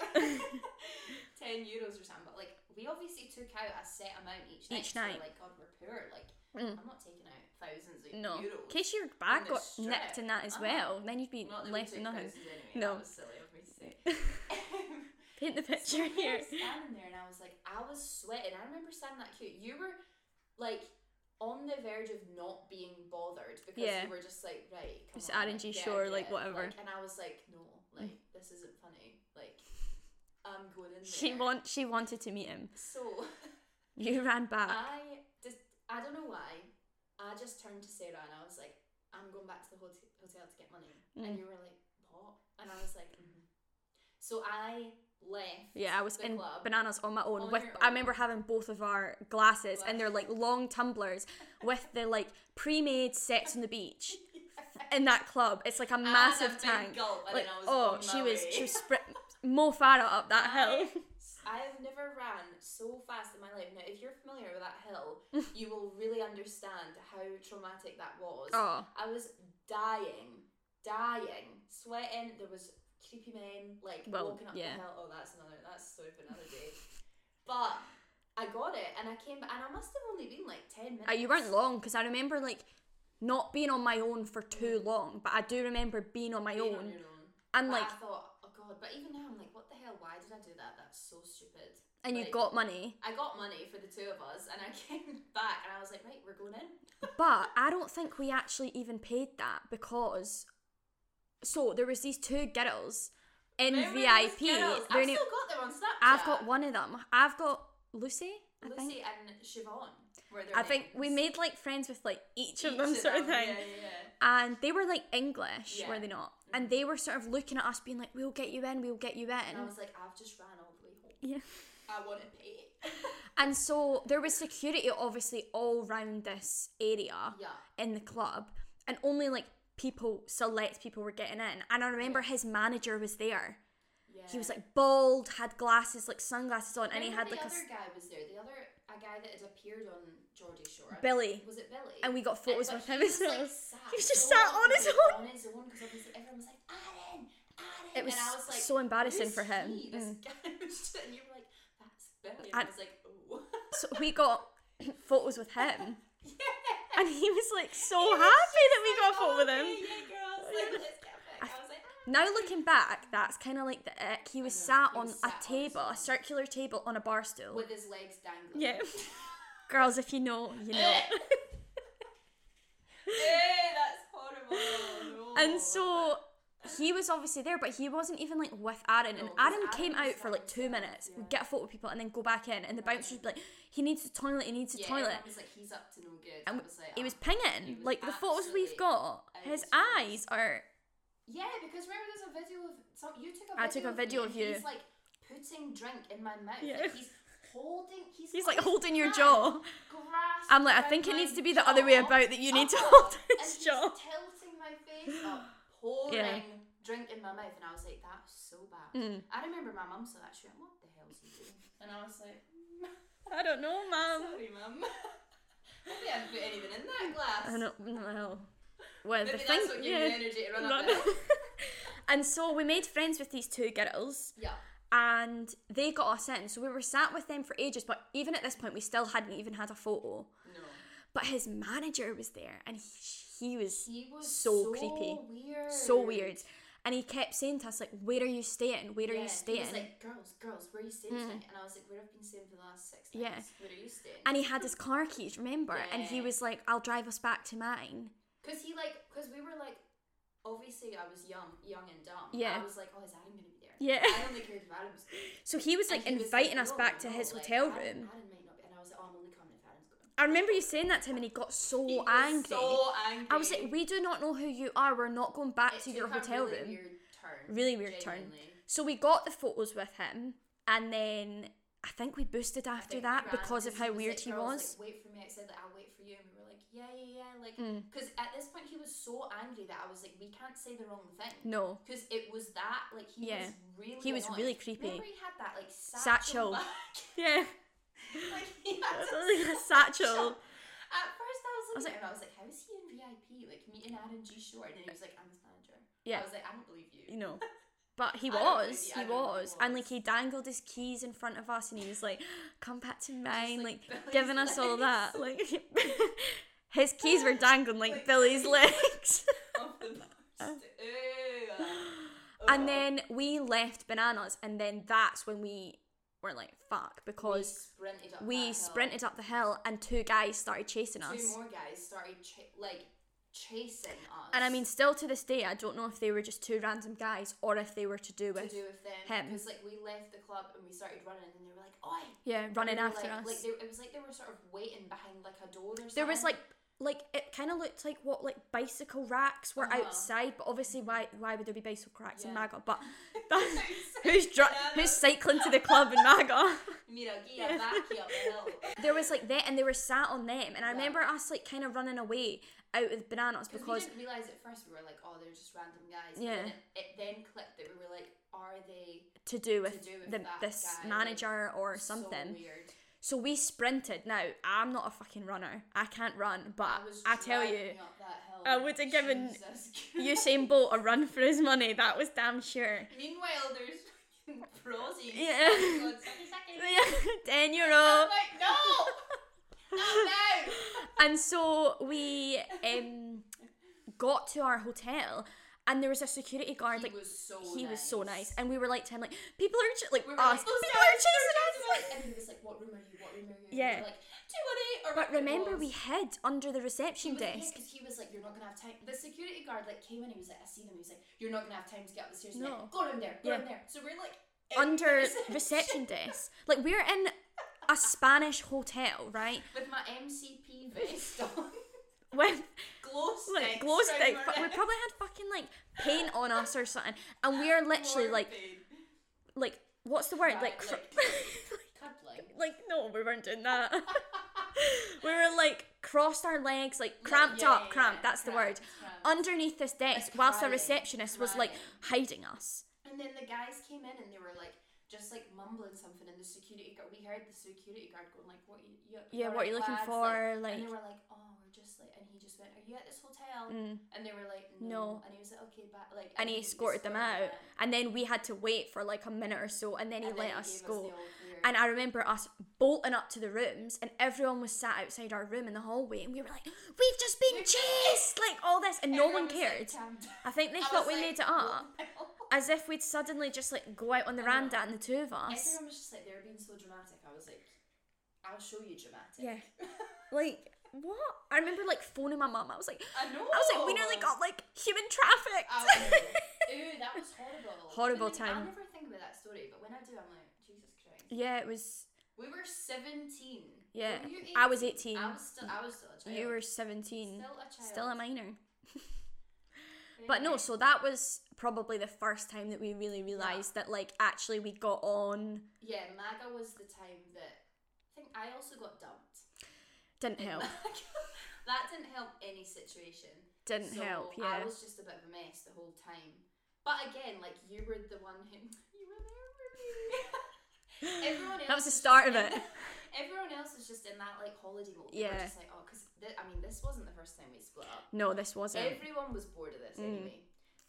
[SPEAKER 2] ten euros or something. But like we obviously took out a set amount each night.
[SPEAKER 1] Each
[SPEAKER 2] so we're
[SPEAKER 1] night.
[SPEAKER 2] like God, we're poor. Like
[SPEAKER 1] Mm.
[SPEAKER 2] I'm not taking out thousands of
[SPEAKER 1] No, in
[SPEAKER 2] euros.
[SPEAKER 1] case your bag
[SPEAKER 2] the
[SPEAKER 1] got
[SPEAKER 2] strip.
[SPEAKER 1] nicked in that as
[SPEAKER 2] Uh-huh.
[SPEAKER 1] well, then you'd be
[SPEAKER 2] Not that we
[SPEAKER 1] left
[SPEAKER 2] took
[SPEAKER 1] with nothing.
[SPEAKER 2] thousands anyway,
[SPEAKER 1] No.
[SPEAKER 2] That was silly of me to say.
[SPEAKER 1] Paint the
[SPEAKER 2] So we
[SPEAKER 1] picture here.
[SPEAKER 2] were standing there, and I was like, I was sweating. I remember standing that cute. You were like on the verge of not being bothered because
[SPEAKER 1] Yeah.
[SPEAKER 2] you were just like, right, come
[SPEAKER 1] It's
[SPEAKER 2] on,
[SPEAKER 1] RNG
[SPEAKER 2] get it,
[SPEAKER 1] sure,
[SPEAKER 2] get
[SPEAKER 1] like,
[SPEAKER 2] it."
[SPEAKER 1] whatever. Mm.
[SPEAKER 2] and I was like, no, like this isn't funny. Like I'm going in there.
[SPEAKER 1] She want she wanted to meet him.
[SPEAKER 2] So
[SPEAKER 1] You ran back.
[SPEAKER 2] I just, I don't know why. I just turned to Sarah and I was like, I'm going back to the hot- hotel to get money, and
[SPEAKER 1] Mm.
[SPEAKER 2] you were like, what? And I was like, mhm. so I left.
[SPEAKER 1] Yeah, I was
[SPEAKER 2] the
[SPEAKER 1] in
[SPEAKER 2] club.
[SPEAKER 1] bananas on my own
[SPEAKER 2] On
[SPEAKER 1] with
[SPEAKER 2] your
[SPEAKER 1] I
[SPEAKER 2] own.
[SPEAKER 1] remember having both of our glasses and they're like long tumblers with the like pre-made sets on the beach in that club. It's like a massive
[SPEAKER 2] and a big
[SPEAKER 1] tank.
[SPEAKER 2] gulp, Ah, and
[SPEAKER 1] Like
[SPEAKER 2] then I was
[SPEAKER 1] oh,
[SPEAKER 2] on
[SPEAKER 1] she
[SPEAKER 2] my
[SPEAKER 1] was
[SPEAKER 2] way.
[SPEAKER 1] she was spr- Mo Farah up that hill.
[SPEAKER 2] I have never ran so fast in my life. Now, if you're familiar with that hill, you will really understand how traumatic that was.
[SPEAKER 1] Oh,
[SPEAKER 2] I was dying, dying, sweating. There was creepy men like
[SPEAKER 1] Well,
[SPEAKER 2] walking up
[SPEAKER 1] yeah.
[SPEAKER 2] the hill. Oh, that's another. That's story for another day. But I got it, and I came back, and I must have only been like ten minutes.
[SPEAKER 1] Uh, you weren't long because I remember like not being on my own for too long, but I do remember being on my
[SPEAKER 2] Being
[SPEAKER 1] own
[SPEAKER 2] your own.
[SPEAKER 1] and
[SPEAKER 2] But
[SPEAKER 1] like
[SPEAKER 2] I thought, oh god. But even now, I'm like, what the hell? Why did I do that? That's so stupid.
[SPEAKER 1] And you
[SPEAKER 2] Like-
[SPEAKER 1] got money,
[SPEAKER 2] I got money for the two of us, and I came back and I was like, right, we're going in.
[SPEAKER 1] but I don't think we actually even paid that because. So there was these two girls in
[SPEAKER 2] Remember those
[SPEAKER 1] VIP.
[SPEAKER 2] girls?
[SPEAKER 1] Their
[SPEAKER 2] I've
[SPEAKER 1] na-
[SPEAKER 2] still got them on Snapchat.
[SPEAKER 1] I've got one of them. I've got Lucy. I think.
[SPEAKER 2] Lucy and Siobhan were their
[SPEAKER 1] I think we
[SPEAKER 2] names.
[SPEAKER 1] made like friends with like each of
[SPEAKER 2] Each
[SPEAKER 1] them sort of
[SPEAKER 2] them,
[SPEAKER 1] thing.
[SPEAKER 2] Yeah, yeah, yeah.
[SPEAKER 1] And they were like English, were
[SPEAKER 2] Yeah. Mm-hmm.
[SPEAKER 1] they not? And they were sort of looking at us being like, We'll get you in, we'll get you in.
[SPEAKER 2] And I was like, I've just ran all the way home.
[SPEAKER 1] yeah.
[SPEAKER 2] I want to pay.
[SPEAKER 1] And so there was security obviously all round this area
[SPEAKER 2] yeah.
[SPEAKER 1] in the club and only like people select people were getting in. And I remember his manager was there.
[SPEAKER 2] Yeah.
[SPEAKER 1] He was like bald, had glasses, like sunglasses on, and he had
[SPEAKER 2] Remember
[SPEAKER 1] like a
[SPEAKER 2] the
[SPEAKER 1] s-
[SPEAKER 2] other guy was there. The other a guy that had appeared on Geordie Shore.
[SPEAKER 1] Billy.
[SPEAKER 2] Was it Billy?
[SPEAKER 1] And we got photos
[SPEAKER 2] but
[SPEAKER 1] with
[SPEAKER 2] he
[SPEAKER 1] him
[SPEAKER 2] Was,
[SPEAKER 1] as
[SPEAKER 2] like,
[SPEAKER 1] well.
[SPEAKER 2] sat
[SPEAKER 1] He was just sat on his own.
[SPEAKER 2] On his own because obviously everyone was like, Aaron, Aaron.
[SPEAKER 1] It was,
[SPEAKER 2] and I was like,
[SPEAKER 1] so embarrassing
[SPEAKER 2] "Who's
[SPEAKER 1] for him.
[SPEAKER 2] He? This
[SPEAKER 1] Mm.
[SPEAKER 2] guy was, and you were like, that's Billy. And
[SPEAKER 1] And-
[SPEAKER 2] I was like, oh.
[SPEAKER 1] so we got photos with him
[SPEAKER 2] yeah.
[SPEAKER 1] and he was like so
[SPEAKER 2] He was
[SPEAKER 1] happy that we
[SPEAKER 2] just
[SPEAKER 1] got a
[SPEAKER 2] like,
[SPEAKER 1] photo with
[SPEAKER 2] "Oh,
[SPEAKER 1] him
[SPEAKER 2] okay, Yeah, girls. Like,
[SPEAKER 1] Yeah.
[SPEAKER 2] let's get back. I was like, ah.
[SPEAKER 1] now looking back that's kind of like the ick he was
[SPEAKER 2] know,
[SPEAKER 1] sat
[SPEAKER 2] he
[SPEAKER 1] on
[SPEAKER 2] was sat on
[SPEAKER 1] a
[SPEAKER 2] his
[SPEAKER 1] table a
[SPEAKER 2] own.
[SPEAKER 1] circular table on a bar stool
[SPEAKER 2] With his legs dangling.
[SPEAKER 1] Yeah. girls if you know you know
[SPEAKER 2] Eh, that's horrible. No.
[SPEAKER 1] and so he was obviously there but he wasn't even like with aaron and
[SPEAKER 2] No, 'cause
[SPEAKER 1] aaron came
[SPEAKER 2] Aaron was
[SPEAKER 1] out for like
[SPEAKER 2] sat
[SPEAKER 1] two
[SPEAKER 2] himself,
[SPEAKER 1] minutes
[SPEAKER 2] yeah.
[SPEAKER 1] get a photo with people and then go back in and the bouncer would be like he needs the toilet he needs the
[SPEAKER 2] yeah,
[SPEAKER 1] toilet
[SPEAKER 2] I was like, he's up to no good.
[SPEAKER 1] And
[SPEAKER 2] I was like,
[SPEAKER 1] he was
[SPEAKER 2] ah.
[SPEAKER 1] pinging
[SPEAKER 2] He was
[SPEAKER 1] like the photos we've
[SPEAKER 2] absolutely
[SPEAKER 1] got his
[SPEAKER 2] outrageous.
[SPEAKER 1] eyes are
[SPEAKER 2] Yeah, because remember there's a video of some. You took a. Video
[SPEAKER 1] I took a video
[SPEAKER 2] of, me,
[SPEAKER 1] of
[SPEAKER 2] and
[SPEAKER 1] you.
[SPEAKER 2] He's like putting drink in my mouth.
[SPEAKER 1] Yeah.
[SPEAKER 2] Like, he's holding. He's,
[SPEAKER 1] he's
[SPEAKER 2] got
[SPEAKER 1] like
[SPEAKER 2] his
[SPEAKER 1] holding your
[SPEAKER 2] hand
[SPEAKER 1] jaw
[SPEAKER 2] grasped
[SPEAKER 1] I'm like, I
[SPEAKER 2] around
[SPEAKER 1] think it
[SPEAKER 2] my
[SPEAKER 1] needs to be the other way
[SPEAKER 2] jaw,
[SPEAKER 1] about that you need to
[SPEAKER 2] up,
[SPEAKER 1] hold
[SPEAKER 2] and
[SPEAKER 1] his
[SPEAKER 2] he's
[SPEAKER 1] jaw.
[SPEAKER 2] Tilting my face up, pouring drink in my mouth, and I was like, that's so bad.
[SPEAKER 1] Mm.
[SPEAKER 2] I remember my mum saw that. She went, "What the hell is he doing?" And I was like, "Mm,
[SPEAKER 1] I don't know, mum.
[SPEAKER 2] "Sorry, mum." Maybe I haven't put anything in that glass.
[SPEAKER 1] I don't know. Well,
[SPEAKER 2] Maybe
[SPEAKER 1] the
[SPEAKER 2] that's
[SPEAKER 1] thing,
[SPEAKER 2] what gave me
[SPEAKER 1] yeah.
[SPEAKER 2] the energy to run,
[SPEAKER 1] run.
[SPEAKER 2] up there.
[SPEAKER 1] and so we made friends with these two girls,
[SPEAKER 2] Yeah.
[SPEAKER 1] and they got us in. So we were sat with them for ages, but even at this point, we still hadn't even had a photo.
[SPEAKER 2] No.
[SPEAKER 1] But his manager was there, and he, he was
[SPEAKER 2] He was
[SPEAKER 1] So creepy.
[SPEAKER 2] Weird.
[SPEAKER 1] so weird. And he kept saying to us, like, "Where are you staying? Where are
[SPEAKER 2] Yeah,
[SPEAKER 1] you
[SPEAKER 2] He
[SPEAKER 1] staying?"
[SPEAKER 2] was like, girls, girls, where are you staying tonight? And I was like, where I've been staying for the last six
[SPEAKER 1] Yeah.
[SPEAKER 2] nights. Where are you staying?
[SPEAKER 1] and he had his car keys, remember? And he
[SPEAKER 2] Yeah.
[SPEAKER 1] was like, "I'll drive us back to mine."
[SPEAKER 2] Because he like, because we were like, obviously I was young, young and dumb.
[SPEAKER 1] Yeah.
[SPEAKER 2] I was like, oh, is Adam gonna be there?
[SPEAKER 1] Yeah.
[SPEAKER 2] I only cared if Adam was there.
[SPEAKER 1] So he was like
[SPEAKER 2] And he was like,
[SPEAKER 1] inviting us
[SPEAKER 2] "No,
[SPEAKER 1] back to
[SPEAKER 2] no,
[SPEAKER 1] his
[SPEAKER 2] like,
[SPEAKER 1] hotel
[SPEAKER 2] Adam-
[SPEAKER 1] room.
[SPEAKER 2] Adam might not be, and I was like, oh, I'm only coming if Adam's going.
[SPEAKER 1] I remember you saying that to him, and he got so
[SPEAKER 2] He was
[SPEAKER 1] angry.
[SPEAKER 2] So angry.
[SPEAKER 1] I was like, "We do not know who you are. We're not going back
[SPEAKER 2] It
[SPEAKER 1] to your
[SPEAKER 2] took a
[SPEAKER 1] hotel
[SPEAKER 2] really
[SPEAKER 1] room."
[SPEAKER 2] Weird turn.
[SPEAKER 1] Really weird turn.
[SPEAKER 2] genuinely.
[SPEAKER 1] So we got the photos with him, and then I think we boosted
[SPEAKER 2] I
[SPEAKER 1] after
[SPEAKER 2] think
[SPEAKER 1] that
[SPEAKER 2] we ran
[SPEAKER 1] because of how
[SPEAKER 2] was
[SPEAKER 1] weird
[SPEAKER 2] like,
[SPEAKER 1] he
[SPEAKER 2] "Girls,
[SPEAKER 1] was.
[SPEAKER 2] Like, wait for me. I said like, I'll wait for you, and we were like, yeah, yeah, yeah. Like,
[SPEAKER 1] Mm.
[SPEAKER 2] because at this point he was so angry that I was like, we can't say the wrong thing.
[SPEAKER 1] No,
[SPEAKER 2] Because it was that like he
[SPEAKER 1] Yeah.
[SPEAKER 2] was really.
[SPEAKER 1] He was
[SPEAKER 2] annoyed.
[SPEAKER 1] really creepy.
[SPEAKER 2] Remember he had that like satchel.
[SPEAKER 1] Satchel.
[SPEAKER 2] back?
[SPEAKER 1] yeah,
[SPEAKER 2] like he had
[SPEAKER 1] like
[SPEAKER 2] a
[SPEAKER 1] a satchel.
[SPEAKER 2] At first, I was
[SPEAKER 1] I was
[SPEAKER 2] looking at him. I was like, how is he in VIP? Like meeting Adam G. Short, and then he was like, I'm his manager.
[SPEAKER 1] Yeah.
[SPEAKER 2] I was like, I don't believe you.
[SPEAKER 1] you know. But he
[SPEAKER 2] I don't know,
[SPEAKER 1] was,
[SPEAKER 2] yeah,
[SPEAKER 1] he
[SPEAKER 2] I don't know what he
[SPEAKER 1] was, and
[SPEAKER 2] was.
[SPEAKER 1] like he dangled his keys in front of us, and he was like, "Come back to mine," like,
[SPEAKER 2] like, Billy's
[SPEAKER 1] giving us all
[SPEAKER 2] legs.
[SPEAKER 1] that. Like his keys were dangling like
[SPEAKER 2] Like,
[SPEAKER 1] Billy's
[SPEAKER 2] Billy's
[SPEAKER 1] legs.
[SPEAKER 2] Off the post. Ew. Ugh.
[SPEAKER 1] And then we left bananas, and then that's when we were like, "Fuck!"
[SPEAKER 2] we
[SPEAKER 1] because
[SPEAKER 2] sprinted up. that
[SPEAKER 1] we
[SPEAKER 2] hill.
[SPEAKER 1] sprinted up the hill, and two guys started chasing us.
[SPEAKER 2] Two more guys started cha- like chasing us.
[SPEAKER 1] And I mean, still to this day, I don't know if they were just two random guys or if they were to do
[SPEAKER 2] to
[SPEAKER 1] with
[SPEAKER 2] do with them
[SPEAKER 1] him.
[SPEAKER 2] because like we left the club and we started running, and they were like, "Oi!"
[SPEAKER 1] yeah running
[SPEAKER 2] And we were
[SPEAKER 1] after
[SPEAKER 2] like,
[SPEAKER 1] us.
[SPEAKER 2] Like they, it was like they were sort of waiting behind like a door or something.
[SPEAKER 1] there was like like it kind of looked like what like bicycle racks were
[SPEAKER 2] Uh-huh.
[SPEAKER 1] outside, but obviously why why would there be bicycle racks in
[SPEAKER 2] Yeah.
[SPEAKER 1] Maga? But
[SPEAKER 2] You
[SPEAKER 1] who's dri-
[SPEAKER 2] Yeah,
[SPEAKER 1] who's
[SPEAKER 2] no.
[SPEAKER 1] cycling to the club in Maga?
[SPEAKER 2] Mira, guía back here up the hill.
[SPEAKER 1] there was like that, and they were sat on them, and I
[SPEAKER 2] Yeah.
[SPEAKER 1] remember us like kind of running away out of bananas
[SPEAKER 2] Because
[SPEAKER 1] because
[SPEAKER 2] we didn't realize at first we were like, "Oh, they're just random guys." But
[SPEAKER 1] Yeah.
[SPEAKER 2] then it, it then clicked that we were like, "Are they
[SPEAKER 1] to do with,
[SPEAKER 2] do with
[SPEAKER 1] the,
[SPEAKER 2] that
[SPEAKER 1] this
[SPEAKER 2] guy, like,
[SPEAKER 1] manager or
[SPEAKER 2] so
[SPEAKER 1] something.
[SPEAKER 2] weird.
[SPEAKER 1] So we sprinted. Now I'm not a fucking runner. I can't run, but
[SPEAKER 2] I was.
[SPEAKER 1] I tell you,
[SPEAKER 2] driving up that hill.
[SPEAKER 1] I would've given
[SPEAKER 2] Jesus
[SPEAKER 1] Usain Bolt a run for his money. That was damn sure.
[SPEAKER 2] Meanwhile, there's fucking prosies.
[SPEAKER 1] Yeah.
[SPEAKER 2] going, "Sucky, sucky."
[SPEAKER 1] Ten
[SPEAKER 2] I'm
[SPEAKER 1] euro.
[SPEAKER 2] like, no! Not now!
[SPEAKER 1] And so we um, got to our hotel, And there was a security guard,
[SPEAKER 2] he
[SPEAKER 1] like,
[SPEAKER 2] was so
[SPEAKER 1] he
[SPEAKER 2] nice.
[SPEAKER 1] was so nice. And we were like to him, like, people are, ch- like,
[SPEAKER 2] We were
[SPEAKER 1] us,
[SPEAKER 2] like, "Oh,
[SPEAKER 1] people
[SPEAKER 2] sorry,
[SPEAKER 1] are chasing us.
[SPEAKER 2] sorry, sorry." And he was like, "What room are you? What room are you?" in?" And we
[SPEAKER 1] Yeah.
[SPEAKER 2] were like two one eight or
[SPEAKER 1] But
[SPEAKER 2] whatever it
[SPEAKER 1] remember,
[SPEAKER 2] was.
[SPEAKER 1] we hid under the reception desk.
[SPEAKER 2] because he was like, "You're not gonna have time." The security guard like came in. He was like, "I see them." He was like, "You're not gonna have time to get up the stairs." and
[SPEAKER 1] No.
[SPEAKER 2] get- Go round there. Go
[SPEAKER 1] Yeah.
[SPEAKER 2] round there. So we're like in
[SPEAKER 1] under
[SPEAKER 2] the
[SPEAKER 1] reception desk. Like we're in a Spanish hotel, right?
[SPEAKER 2] with my MCP vest on,
[SPEAKER 1] With
[SPEAKER 2] glow sticks.
[SPEAKER 1] like glow
[SPEAKER 2] round
[SPEAKER 1] stick,
[SPEAKER 2] my
[SPEAKER 1] but we
[SPEAKER 2] neck.
[SPEAKER 1] probably had fucking like paint on us or something, and we are literally like,
[SPEAKER 2] Morbid.
[SPEAKER 1] like what's the word?
[SPEAKER 2] Right,
[SPEAKER 1] Like, cr-
[SPEAKER 2] like- cuddling.
[SPEAKER 1] like no, we weren't doing that. we were like crossed our legs, like cramped
[SPEAKER 2] yeah,
[SPEAKER 1] up,
[SPEAKER 2] yeah,
[SPEAKER 1] cramped.
[SPEAKER 2] yeah,
[SPEAKER 1] That's the word.
[SPEAKER 2] cramped, cramped.
[SPEAKER 1] Underneath this desk,
[SPEAKER 2] Like
[SPEAKER 1] whilst the
[SPEAKER 2] crying,
[SPEAKER 1] receptionist was like
[SPEAKER 2] crying.
[SPEAKER 1] hiding us.
[SPEAKER 2] And then the guys came in and they were like just like mumbling something, and the security guard we heard the security guard going like, "What you, you
[SPEAKER 1] Yeah,
[SPEAKER 2] you're at
[SPEAKER 1] what are you looking
[SPEAKER 2] Glad's,"
[SPEAKER 1] for? Like,
[SPEAKER 2] and they were like, "Oh, we're just like," and he just went, "Are you at this hotel?"
[SPEAKER 1] Mm.
[SPEAKER 2] And they were like,
[SPEAKER 1] No.
[SPEAKER 2] "No," and he was like, "Okay, but like,"
[SPEAKER 1] and he escorted them out. And then we had to wait for like a minute or so, and then he
[SPEAKER 2] and
[SPEAKER 1] let
[SPEAKER 2] then
[SPEAKER 1] us
[SPEAKER 2] gave
[SPEAKER 1] go.
[SPEAKER 2] the all clear.
[SPEAKER 1] And I remember us bolting up to the rooms, and everyone was sat outside our room in the hallway, and we were like, "We've just been chased!" Like all this, and no
[SPEAKER 2] Everyone was,
[SPEAKER 1] one
[SPEAKER 2] like,
[SPEAKER 1] cared.
[SPEAKER 2] calmed down.
[SPEAKER 1] I think they
[SPEAKER 2] I
[SPEAKER 1] thought
[SPEAKER 2] was
[SPEAKER 1] we
[SPEAKER 2] like,
[SPEAKER 1] made it
[SPEAKER 2] "What
[SPEAKER 1] up,
[SPEAKER 2] the hell?"
[SPEAKER 1] as if we'd suddenly just like go out on the
[SPEAKER 2] I know.
[SPEAKER 1] veranda and the two of us.
[SPEAKER 2] Everyone was just like they were being so dramatic. I was like, "I'll show you dramatic."
[SPEAKER 1] Yeah. Like what? I remember like phoning my mum. I was like,
[SPEAKER 2] I know.
[SPEAKER 1] I was like, we
[SPEAKER 2] Oh.
[SPEAKER 1] nearly got like human trafficked.
[SPEAKER 2] I know. Ew, that was horrible.
[SPEAKER 1] Horrible
[SPEAKER 2] Even-
[SPEAKER 1] time.
[SPEAKER 2] I never think about that story, but when I do, I'm like, Jesus Christ.
[SPEAKER 1] yeah, it was.
[SPEAKER 2] We were 17.
[SPEAKER 1] Yeah,
[SPEAKER 2] Were you
[SPEAKER 1] I was 18.
[SPEAKER 2] I was still, I was still a child.
[SPEAKER 1] You were seventeen,
[SPEAKER 2] still a child.
[SPEAKER 1] still a minor. But no,
[SPEAKER 2] Yeah.
[SPEAKER 1] so that was probably the first time that we really realised that like actually we got on
[SPEAKER 2] Yeah, MAGA was the time that I think I also got dumped.
[SPEAKER 1] didn't help.
[SPEAKER 2] that didn't help any situation.
[SPEAKER 1] Didn't
[SPEAKER 2] So
[SPEAKER 1] help,
[SPEAKER 2] I
[SPEAKER 1] yeah.
[SPEAKER 2] was just a bit of a mess the whole time. But again, like you were the one who you were there with me. Everyone else
[SPEAKER 1] That was the
[SPEAKER 2] is
[SPEAKER 1] start of
[SPEAKER 2] just
[SPEAKER 1] it.
[SPEAKER 2] in- Everyone else is just in that like holiday mode. They were
[SPEAKER 1] Yeah.
[SPEAKER 2] just like, oh, because I mean, this wasn't the first time we split up.
[SPEAKER 1] No, this wasn't.
[SPEAKER 2] Everyone was bored of this anyway.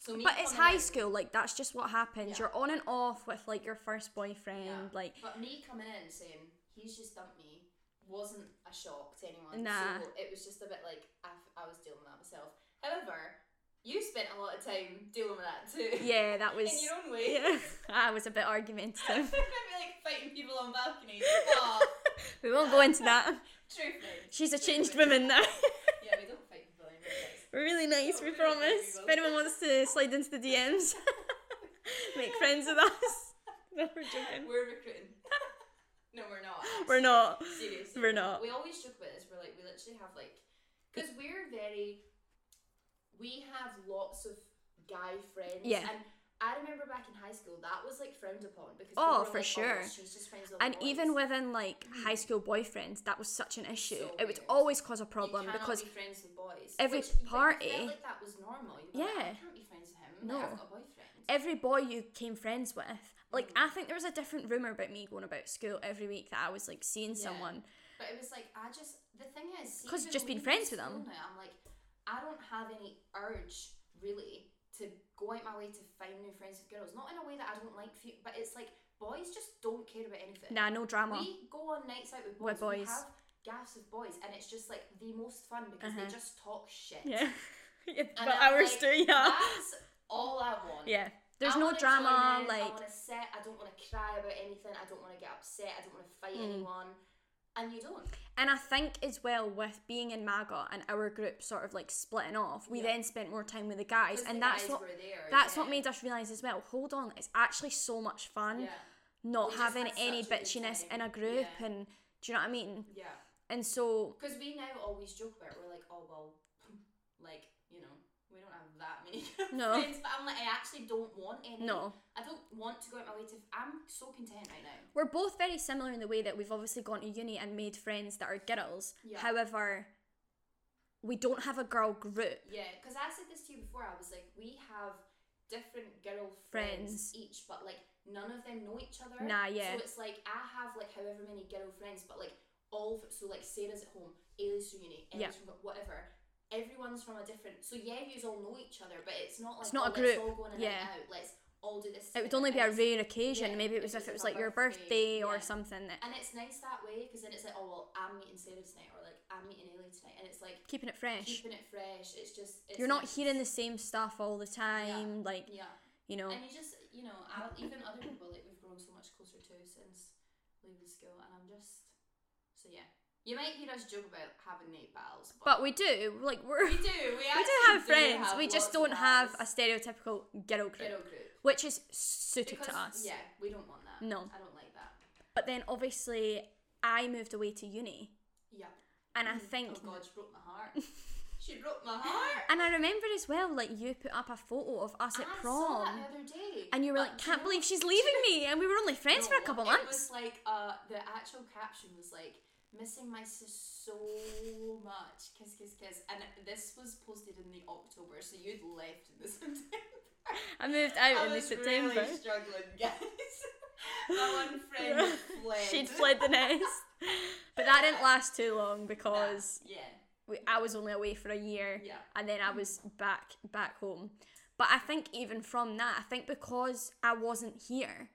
[SPEAKER 2] So me
[SPEAKER 1] Mm. But it's
[SPEAKER 2] coming
[SPEAKER 1] high
[SPEAKER 2] in-
[SPEAKER 1] school, like that's just what happens.
[SPEAKER 2] Yeah.
[SPEAKER 1] You're on and off with like your first boyfriend,
[SPEAKER 2] yeah.
[SPEAKER 1] like
[SPEAKER 2] But me coming in saying he's just dumped me wasn't a shock to anyone.
[SPEAKER 1] Nah.
[SPEAKER 2] So it was just a bit like I, f- I was dealing with that myself. However, you spent a lot of time dealing with that too.
[SPEAKER 1] yeah, that was
[SPEAKER 2] In your own way.
[SPEAKER 1] yeah. I was a bit argumentative.
[SPEAKER 2] Remember, like fighting people on balconies. Oh,
[SPEAKER 1] we won't go into that.
[SPEAKER 2] true friends.
[SPEAKER 1] She's a
[SPEAKER 2] True
[SPEAKER 1] changed
[SPEAKER 2] friends.
[SPEAKER 1] woman now.
[SPEAKER 2] Yeah, we don't fight people anymore. guys.
[SPEAKER 1] We're really nice, we promise. If anyone wants to slide into the DMs, make friends with us. No, we're joking.
[SPEAKER 2] We're recruiting. no, we're not.
[SPEAKER 1] We're not.
[SPEAKER 2] Seriously.
[SPEAKER 1] We're not.
[SPEAKER 2] We always joke about this. We're like, we literally have like, because we're very, we have lots of guy friends.
[SPEAKER 1] Yeah.
[SPEAKER 2] And I remember back in high school, that was like frowned upon because
[SPEAKER 1] Oh,
[SPEAKER 2] people were
[SPEAKER 1] for
[SPEAKER 2] like,
[SPEAKER 1] sure.
[SPEAKER 2] Oh, she's just friends with all
[SPEAKER 1] And
[SPEAKER 2] the
[SPEAKER 1] even
[SPEAKER 2] boys.
[SPEAKER 1] within like high school boyfriends, that was such an issue.
[SPEAKER 2] So
[SPEAKER 1] it would
[SPEAKER 2] weird.
[SPEAKER 1] always cause a
[SPEAKER 2] You
[SPEAKER 1] problem
[SPEAKER 2] cannot
[SPEAKER 1] because
[SPEAKER 2] be friends with boys.
[SPEAKER 1] every
[SPEAKER 2] Which, but you
[SPEAKER 1] party-
[SPEAKER 2] felt like that was normal. You were like,
[SPEAKER 1] Yeah.
[SPEAKER 2] I can't be friends with him. Like,
[SPEAKER 1] No.
[SPEAKER 2] I've got a boyfriend.
[SPEAKER 1] every boy you came friends with, like I think there was a different rumor about me going about school every week that I was like seeing
[SPEAKER 2] Yeah.
[SPEAKER 1] someone.
[SPEAKER 2] But it was like I just the thing is
[SPEAKER 1] 'Cause
[SPEAKER 2] even
[SPEAKER 1] just being
[SPEAKER 2] leaving
[SPEAKER 1] friends with
[SPEAKER 2] school
[SPEAKER 1] them.
[SPEAKER 2] Now, I'm like I don't have any urge really to go out my way to find new friends with girls. Not in a way that I don't like, fe- but it's like boys just don't care about anything.
[SPEAKER 1] Nah, no drama.
[SPEAKER 2] We go on nights out with boys.
[SPEAKER 1] With boys.
[SPEAKER 2] We have gaffs with boys, and it's just like the most fun because
[SPEAKER 1] Uh-huh.
[SPEAKER 2] they just talk shit.
[SPEAKER 1] yeah. yeah,
[SPEAKER 2] And
[SPEAKER 1] but
[SPEAKER 2] I'm
[SPEAKER 1] ours
[SPEAKER 2] like,
[SPEAKER 1] too. Yeah.
[SPEAKER 2] That's all I want.
[SPEAKER 1] Yeah. There's
[SPEAKER 2] I
[SPEAKER 1] no
[SPEAKER 2] wanna join
[SPEAKER 1] drama.
[SPEAKER 2] in, I
[SPEAKER 1] Like
[SPEAKER 2] want to sit. I don't want to cry about anything. I don't want to get upset. I don't want to fight
[SPEAKER 1] Mm.
[SPEAKER 2] anyone. And you don't.
[SPEAKER 1] And I think as well with being in MAGA and our group sort of like splitting off, we
[SPEAKER 2] Yeah.
[SPEAKER 1] then spent more time with the guys,
[SPEAKER 2] 'Cause
[SPEAKER 1] and
[SPEAKER 2] the
[SPEAKER 1] that's
[SPEAKER 2] guys
[SPEAKER 1] what
[SPEAKER 2] were there,
[SPEAKER 1] that's
[SPEAKER 2] yeah.
[SPEAKER 1] what made us realize as well. Hold on, it's actually so much fun
[SPEAKER 2] Yeah.
[SPEAKER 1] not
[SPEAKER 2] We just
[SPEAKER 1] having
[SPEAKER 2] had
[SPEAKER 1] any
[SPEAKER 2] such a good
[SPEAKER 1] bitchiness in
[SPEAKER 2] time.
[SPEAKER 1] a group,
[SPEAKER 2] Yeah.
[SPEAKER 1] and do you know what I mean?
[SPEAKER 2] Yeah.
[SPEAKER 1] And so
[SPEAKER 2] Because we now always joke about it. We're like, oh, well, like, you know, we don't have that many
[SPEAKER 1] No.
[SPEAKER 2] friends. But I'm like, I actually don't want any.
[SPEAKER 1] No.
[SPEAKER 2] I don't want to go out my way to. I'm so content right now.
[SPEAKER 1] we're both very similar in the way that we've obviously gone to uni and made friends that are girls.
[SPEAKER 2] Yeah.
[SPEAKER 1] However, we don't have a girl group.
[SPEAKER 2] Yeah, because I said this to you before. I was like, we have different girl friends
[SPEAKER 1] Friends.
[SPEAKER 2] each, but like none of them know each other.
[SPEAKER 1] Nah,
[SPEAKER 2] So
[SPEAKER 1] yeah.
[SPEAKER 2] it's like I have like however many girl friends, but like all f- so like Sarah's at home, Ailey's from uni, Emma's
[SPEAKER 1] Yeah.
[SPEAKER 2] from whatever. Everyone's from a different. So yeah, you all know each other, but it's not like
[SPEAKER 1] It's
[SPEAKER 2] oh,
[SPEAKER 1] not a
[SPEAKER 2] let's
[SPEAKER 1] group,
[SPEAKER 2] all go on a night
[SPEAKER 1] yeah.
[SPEAKER 2] out. Let's all do this.
[SPEAKER 1] It would
[SPEAKER 2] together,"
[SPEAKER 1] only be
[SPEAKER 2] and
[SPEAKER 1] a
[SPEAKER 2] it's-
[SPEAKER 1] rare
[SPEAKER 2] yeah,
[SPEAKER 1] occasion. Maybe it
[SPEAKER 2] if
[SPEAKER 1] was if
[SPEAKER 2] it's
[SPEAKER 1] it was
[SPEAKER 2] her
[SPEAKER 1] like your
[SPEAKER 2] birthday,
[SPEAKER 1] birthday or
[SPEAKER 2] yeah.
[SPEAKER 1] something that
[SPEAKER 2] And it's nice that way because then it's like, oh well, I'm meeting Sarah tonight, or like I'm meeting Ailey tonight, and it's like
[SPEAKER 1] keeping it fresh.
[SPEAKER 2] keeping it fresh. It's just it's
[SPEAKER 1] You're not
[SPEAKER 2] nice.
[SPEAKER 1] hearing the same stuff all the time. Like
[SPEAKER 2] Yeah,
[SPEAKER 1] you know,
[SPEAKER 2] and you just you know, I, even other people like we've grown so much closer to since leaving school, and I'm just so yeah. You might hear us joke about having Nate battles, but,
[SPEAKER 1] but we do. Like we're
[SPEAKER 2] we
[SPEAKER 1] we
[SPEAKER 2] do. We,
[SPEAKER 1] do have friends. we just don't have a stereotypical ghetto group,
[SPEAKER 2] ghetto group.
[SPEAKER 1] which is suited
[SPEAKER 2] Because,
[SPEAKER 1] to us.
[SPEAKER 2] Yeah, we don't want that.
[SPEAKER 1] No.
[SPEAKER 2] I don't like that.
[SPEAKER 1] But then obviously I moved away to uni,
[SPEAKER 2] Yeah.
[SPEAKER 1] and I think.
[SPEAKER 2] Oh God, she broke my heart. she broke my heart.
[SPEAKER 1] And I remember as well, like you put up a photo of us at
[SPEAKER 2] I saw
[SPEAKER 1] prom,
[SPEAKER 2] that the other day.
[SPEAKER 1] and you were
[SPEAKER 2] but
[SPEAKER 1] like,
[SPEAKER 2] do
[SPEAKER 1] "Can't
[SPEAKER 2] know
[SPEAKER 1] believe
[SPEAKER 2] what?
[SPEAKER 1] she's leaving me," and we were only friends for a
[SPEAKER 2] No,
[SPEAKER 1] couple
[SPEAKER 2] It was
[SPEAKER 1] months.
[SPEAKER 2] like uh, the actual caption was like, "Missing my sis so much, kiss, kiss, kiss," and this was posted in the October, so you'd left in the September.
[SPEAKER 1] I moved out
[SPEAKER 2] I
[SPEAKER 1] Oh, in the
[SPEAKER 2] was
[SPEAKER 1] September.
[SPEAKER 2] really struggling, guys. my one friend fled.
[SPEAKER 1] She'd fled the nest. But that didn't last too long because
[SPEAKER 2] Yeah,
[SPEAKER 1] we, I was only away for a year
[SPEAKER 2] yeah.
[SPEAKER 1] and then I was back back home. But I think even from that, I think because I wasn't here,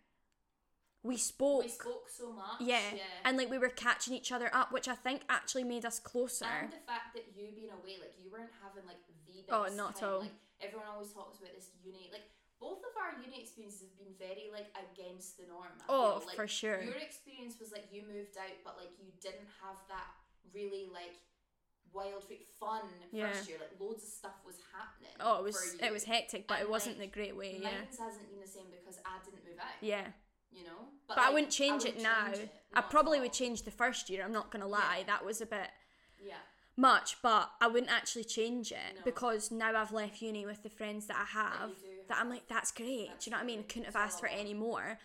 [SPEAKER 1] we spoke,
[SPEAKER 2] We spoke so much.
[SPEAKER 1] yeah,
[SPEAKER 2] yeah.
[SPEAKER 1] and like we were catching each other up, which I think actually made us closer.
[SPEAKER 2] And the fact that you being away, like you weren't having like the best
[SPEAKER 1] Oh, not at
[SPEAKER 2] time.
[SPEAKER 1] all.
[SPEAKER 2] Like everyone always talks about this uni, like both of our uni experiences have been very like against the norm. I
[SPEAKER 1] oh,
[SPEAKER 2] feel. like,
[SPEAKER 1] for sure.
[SPEAKER 2] Your experience was like you moved out, but like you didn't have that really like wild, free fun
[SPEAKER 1] Yeah.
[SPEAKER 2] first year. Like loads of stuff was happening.
[SPEAKER 1] Oh, it
[SPEAKER 2] for
[SPEAKER 1] was
[SPEAKER 2] you.
[SPEAKER 1] it was hectic, but
[SPEAKER 2] And,
[SPEAKER 1] it wasn't
[SPEAKER 2] like,
[SPEAKER 1] the great way. Yeah,
[SPEAKER 2] Mine's hasn't been the same because I didn't move out.
[SPEAKER 1] yeah.
[SPEAKER 2] You know,
[SPEAKER 1] But I wouldn't change it now. I probably would change the first year. I'm not gonna lie, that was a bit.
[SPEAKER 2] Yeah,
[SPEAKER 1] much, but I wouldn't actually change it
[SPEAKER 2] No.
[SPEAKER 1] because now I've left uni with the friends that I have
[SPEAKER 2] you do
[SPEAKER 1] that I'm like, that's great.
[SPEAKER 2] That's
[SPEAKER 1] do you know what I mean?
[SPEAKER 2] great.
[SPEAKER 1] Couldn't have
[SPEAKER 2] It's a
[SPEAKER 1] asked for
[SPEAKER 2] lot.
[SPEAKER 1] any more,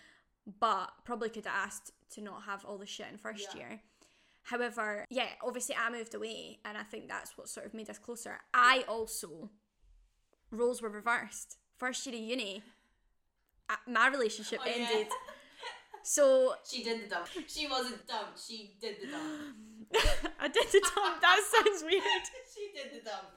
[SPEAKER 1] but probably could have asked to not have all the shit in first
[SPEAKER 2] Yeah.
[SPEAKER 1] year. However, yeah, obviously I moved away and I think that's what sort of made us closer. I also, roles were reversed. First year of uni, uh, my relationship
[SPEAKER 2] Oh, yeah.
[SPEAKER 1] ended. So
[SPEAKER 2] she did the dump. She wasn't dumped. She did the dump.
[SPEAKER 1] I did the dump. That sounds weird.
[SPEAKER 2] she did the dump.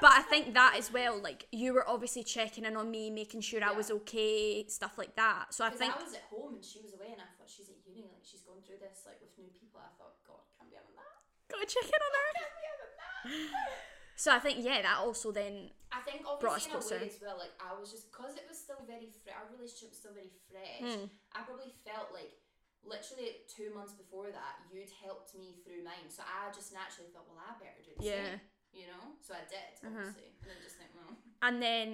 [SPEAKER 1] but I think that as well, like you were obviously checking in on me, making sure I
[SPEAKER 2] Yeah.
[SPEAKER 1] was okay, stuff like that. So I
[SPEAKER 2] Because
[SPEAKER 1] think,
[SPEAKER 2] I was at home and she was away, and I thought she's at uni, like she's going through this, like with new people. I thought, God, can't be having that.
[SPEAKER 1] gotta check in on her.
[SPEAKER 2] Can't be having that.
[SPEAKER 1] So I think, yeah, that also then,
[SPEAKER 2] I think
[SPEAKER 1] Brought us
[SPEAKER 2] obviously in a
[SPEAKER 1] closer.
[SPEAKER 2] way as well. Like I was just because it was still very fre- our relationship was still very fresh.
[SPEAKER 1] Hmm.
[SPEAKER 2] I probably felt like literally two months before that you'd helped me through mine, so I just naturally thought, well, I better do the
[SPEAKER 1] Yeah. Uh-huh.
[SPEAKER 2] same. You know, so I did obviously, and then just think, well,
[SPEAKER 1] and then,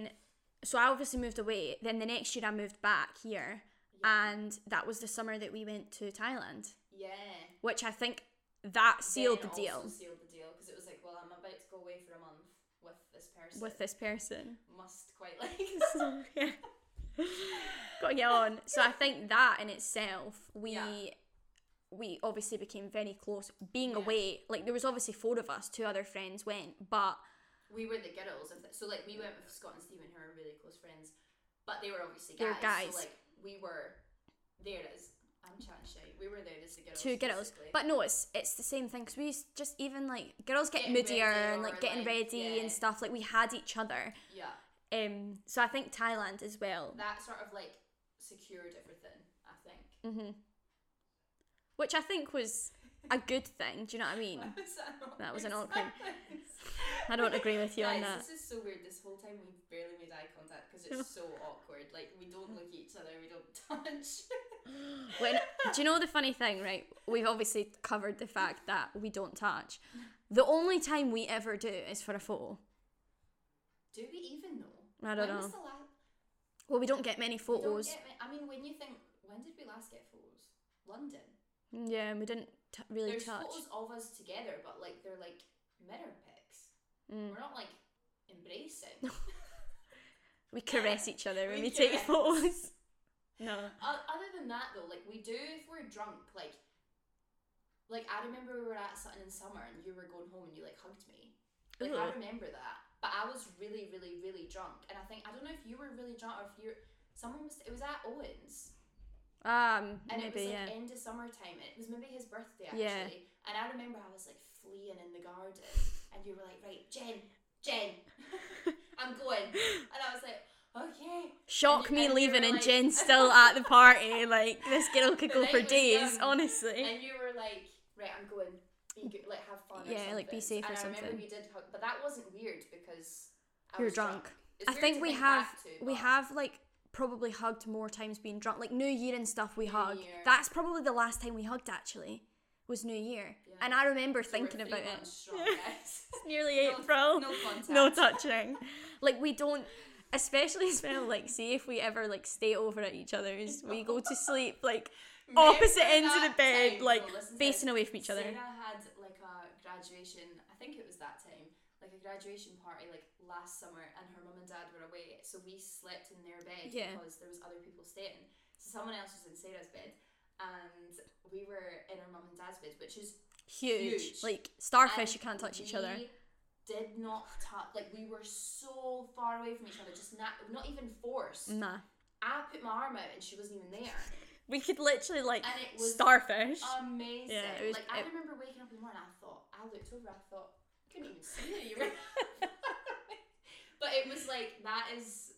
[SPEAKER 1] so I obviously moved away. Then the next year I moved back here, and that was the summer that we went to Thailand,
[SPEAKER 2] yeah.
[SPEAKER 1] which I think that sealed
[SPEAKER 2] Then
[SPEAKER 1] the deal
[SPEAKER 2] Also sealed the deal because it was like, well, I'm about to go away for a month with this person.
[SPEAKER 1] with this person.
[SPEAKER 2] must quite like.
[SPEAKER 1] so yeah, gotta get on. So I think that in itself, we
[SPEAKER 2] Yeah.
[SPEAKER 1] we obviously became very close. Being
[SPEAKER 2] Yeah.
[SPEAKER 1] away, like there was obviously four of us, two other friends went, but
[SPEAKER 2] we were the girls of that. So like we went with Scott and Stephen, who are really close friends, but they were obviously
[SPEAKER 1] They were
[SPEAKER 2] guys.
[SPEAKER 1] guys.
[SPEAKER 2] So like we were there it is. I'm chatting shit. We were there as the girls.
[SPEAKER 1] two girls.
[SPEAKER 2] basically.
[SPEAKER 1] But no, it's it's the same thing because we used just even like girls get
[SPEAKER 2] Getting
[SPEAKER 1] moodier
[SPEAKER 2] ready
[SPEAKER 1] and
[SPEAKER 2] or,
[SPEAKER 1] like getting
[SPEAKER 2] like,
[SPEAKER 1] ready
[SPEAKER 2] yeah.
[SPEAKER 1] and stuff. Like we had each other.
[SPEAKER 2] yeah,
[SPEAKER 1] Um, so I think Thailand as well.
[SPEAKER 2] that sort of like secured everything. I think.
[SPEAKER 1] hmm Which I think was a good thing. Do you know what I mean?
[SPEAKER 2] was an awkward
[SPEAKER 1] That was an awkward-
[SPEAKER 2] silence?
[SPEAKER 1] I don't agree with you on
[SPEAKER 2] Guys,
[SPEAKER 1] that.
[SPEAKER 2] This is so weird. This whole time we've barely made eye contact because it's so awkward. Like we don't look at each other. We don't touch.
[SPEAKER 1] When do you know the funny thing, right? We've obviously covered the fact that we don't touch. The only time we ever do is for a photo.
[SPEAKER 2] Do we even know?
[SPEAKER 1] I don't
[SPEAKER 2] When
[SPEAKER 1] know.
[SPEAKER 2] was the last?
[SPEAKER 1] Well, we don't get many
[SPEAKER 2] We don't
[SPEAKER 1] photos.
[SPEAKER 2] get ma- I mean, when you think, when did we last get photos? London.
[SPEAKER 1] yeah, and we didn't t- really
[SPEAKER 2] There's
[SPEAKER 1] touch.
[SPEAKER 2] photos of us together, but like they're like mirror pics.
[SPEAKER 1] Mm.
[SPEAKER 2] We're not like embracing.
[SPEAKER 1] We caress each other when
[SPEAKER 2] We
[SPEAKER 1] we, take
[SPEAKER 2] caress.
[SPEAKER 1] photos. No.
[SPEAKER 2] O- Other than that, though, like we do if we're drunk. Like, like I remember we were at something in summer and you were going home and you like hugged me. Like I
[SPEAKER 1] Ooh.
[SPEAKER 2] remember that, but I was really, really, really drunk, and I think I don't know if you were really drunk or if you. Someone was. It was at Owens.
[SPEAKER 1] Um,
[SPEAKER 2] and it was
[SPEAKER 1] maybe
[SPEAKER 2] like
[SPEAKER 1] yeah.
[SPEAKER 2] end of summertime. It was maybe his birthday actually,
[SPEAKER 1] Yeah.
[SPEAKER 2] and I remember I was like fleeing in the garden, and you were like, "Right, Jen, Jen, I'm going," and I was like, okay.
[SPEAKER 1] Shock
[SPEAKER 2] And you-
[SPEAKER 1] me
[SPEAKER 2] and you
[SPEAKER 1] leaving
[SPEAKER 2] were
[SPEAKER 1] and
[SPEAKER 2] like-
[SPEAKER 1] Jen's still at the party. Like, this girl could
[SPEAKER 2] The
[SPEAKER 1] go
[SPEAKER 2] night
[SPEAKER 1] for
[SPEAKER 2] was
[SPEAKER 1] days,
[SPEAKER 2] young.
[SPEAKER 1] honestly.
[SPEAKER 2] And you were like, right, I'm going. Be good, like have fun. or
[SPEAKER 1] Yeah, like, be
[SPEAKER 2] something."
[SPEAKER 1] safe or
[SPEAKER 2] and I
[SPEAKER 1] something.
[SPEAKER 2] remember you did, hug, but that wasn't weird because I
[SPEAKER 1] You were
[SPEAKER 2] was
[SPEAKER 1] drunk.
[SPEAKER 2] It's
[SPEAKER 1] I
[SPEAKER 2] weird
[SPEAKER 1] think
[SPEAKER 2] to
[SPEAKER 1] we
[SPEAKER 2] think
[SPEAKER 1] have
[SPEAKER 2] back to,
[SPEAKER 1] we
[SPEAKER 2] but-
[SPEAKER 1] have like probably hugged more times being drunk. Like New Year and stuff we hug.
[SPEAKER 2] Year.
[SPEAKER 1] That's probably the last time we hugged actually. Was New Year.
[SPEAKER 2] Yeah.
[SPEAKER 1] And I remember
[SPEAKER 2] So we're
[SPEAKER 1] thinking
[SPEAKER 2] three
[SPEAKER 1] about it.
[SPEAKER 2] months Strong, guys.
[SPEAKER 1] It's nearly
[SPEAKER 2] No-
[SPEAKER 1] April.
[SPEAKER 2] no contact.
[SPEAKER 1] No touching. like we don't especially as well, like see if we ever like stay over at each other's. We go to sleep like
[SPEAKER 2] Remember
[SPEAKER 1] opposite ends of the
[SPEAKER 2] that
[SPEAKER 1] bed,
[SPEAKER 2] time?
[SPEAKER 1] like
[SPEAKER 2] No, listen to
[SPEAKER 1] facing
[SPEAKER 2] this.
[SPEAKER 1] away from each other.
[SPEAKER 2] Sarah had like a graduation. I think it was that time, like a graduation party, like last summer, and her mum and dad were away, so we slept in their bed
[SPEAKER 1] Yeah.
[SPEAKER 2] because there was other people staying. So someone else was in Sarah's bed, and we were in her mum and dad's bed, which is
[SPEAKER 1] Huge.
[SPEAKER 2] Huge.
[SPEAKER 1] Like
[SPEAKER 2] and
[SPEAKER 1] starfish you can't touch each other.
[SPEAKER 2] we Did not touch. Like we were so far away from each other, just not not even forced.
[SPEAKER 1] Nah.
[SPEAKER 2] I put my arm out and she wasn't even there.
[SPEAKER 1] We could literally like
[SPEAKER 2] And it was
[SPEAKER 1] starfish.
[SPEAKER 2] amazing.
[SPEAKER 1] Yeah, it was-
[SPEAKER 2] like I
[SPEAKER 1] it-
[SPEAKER 2] remember waking up in the morning. I thought I looked over. I thought I couldn't even see that you were. but it was like that is.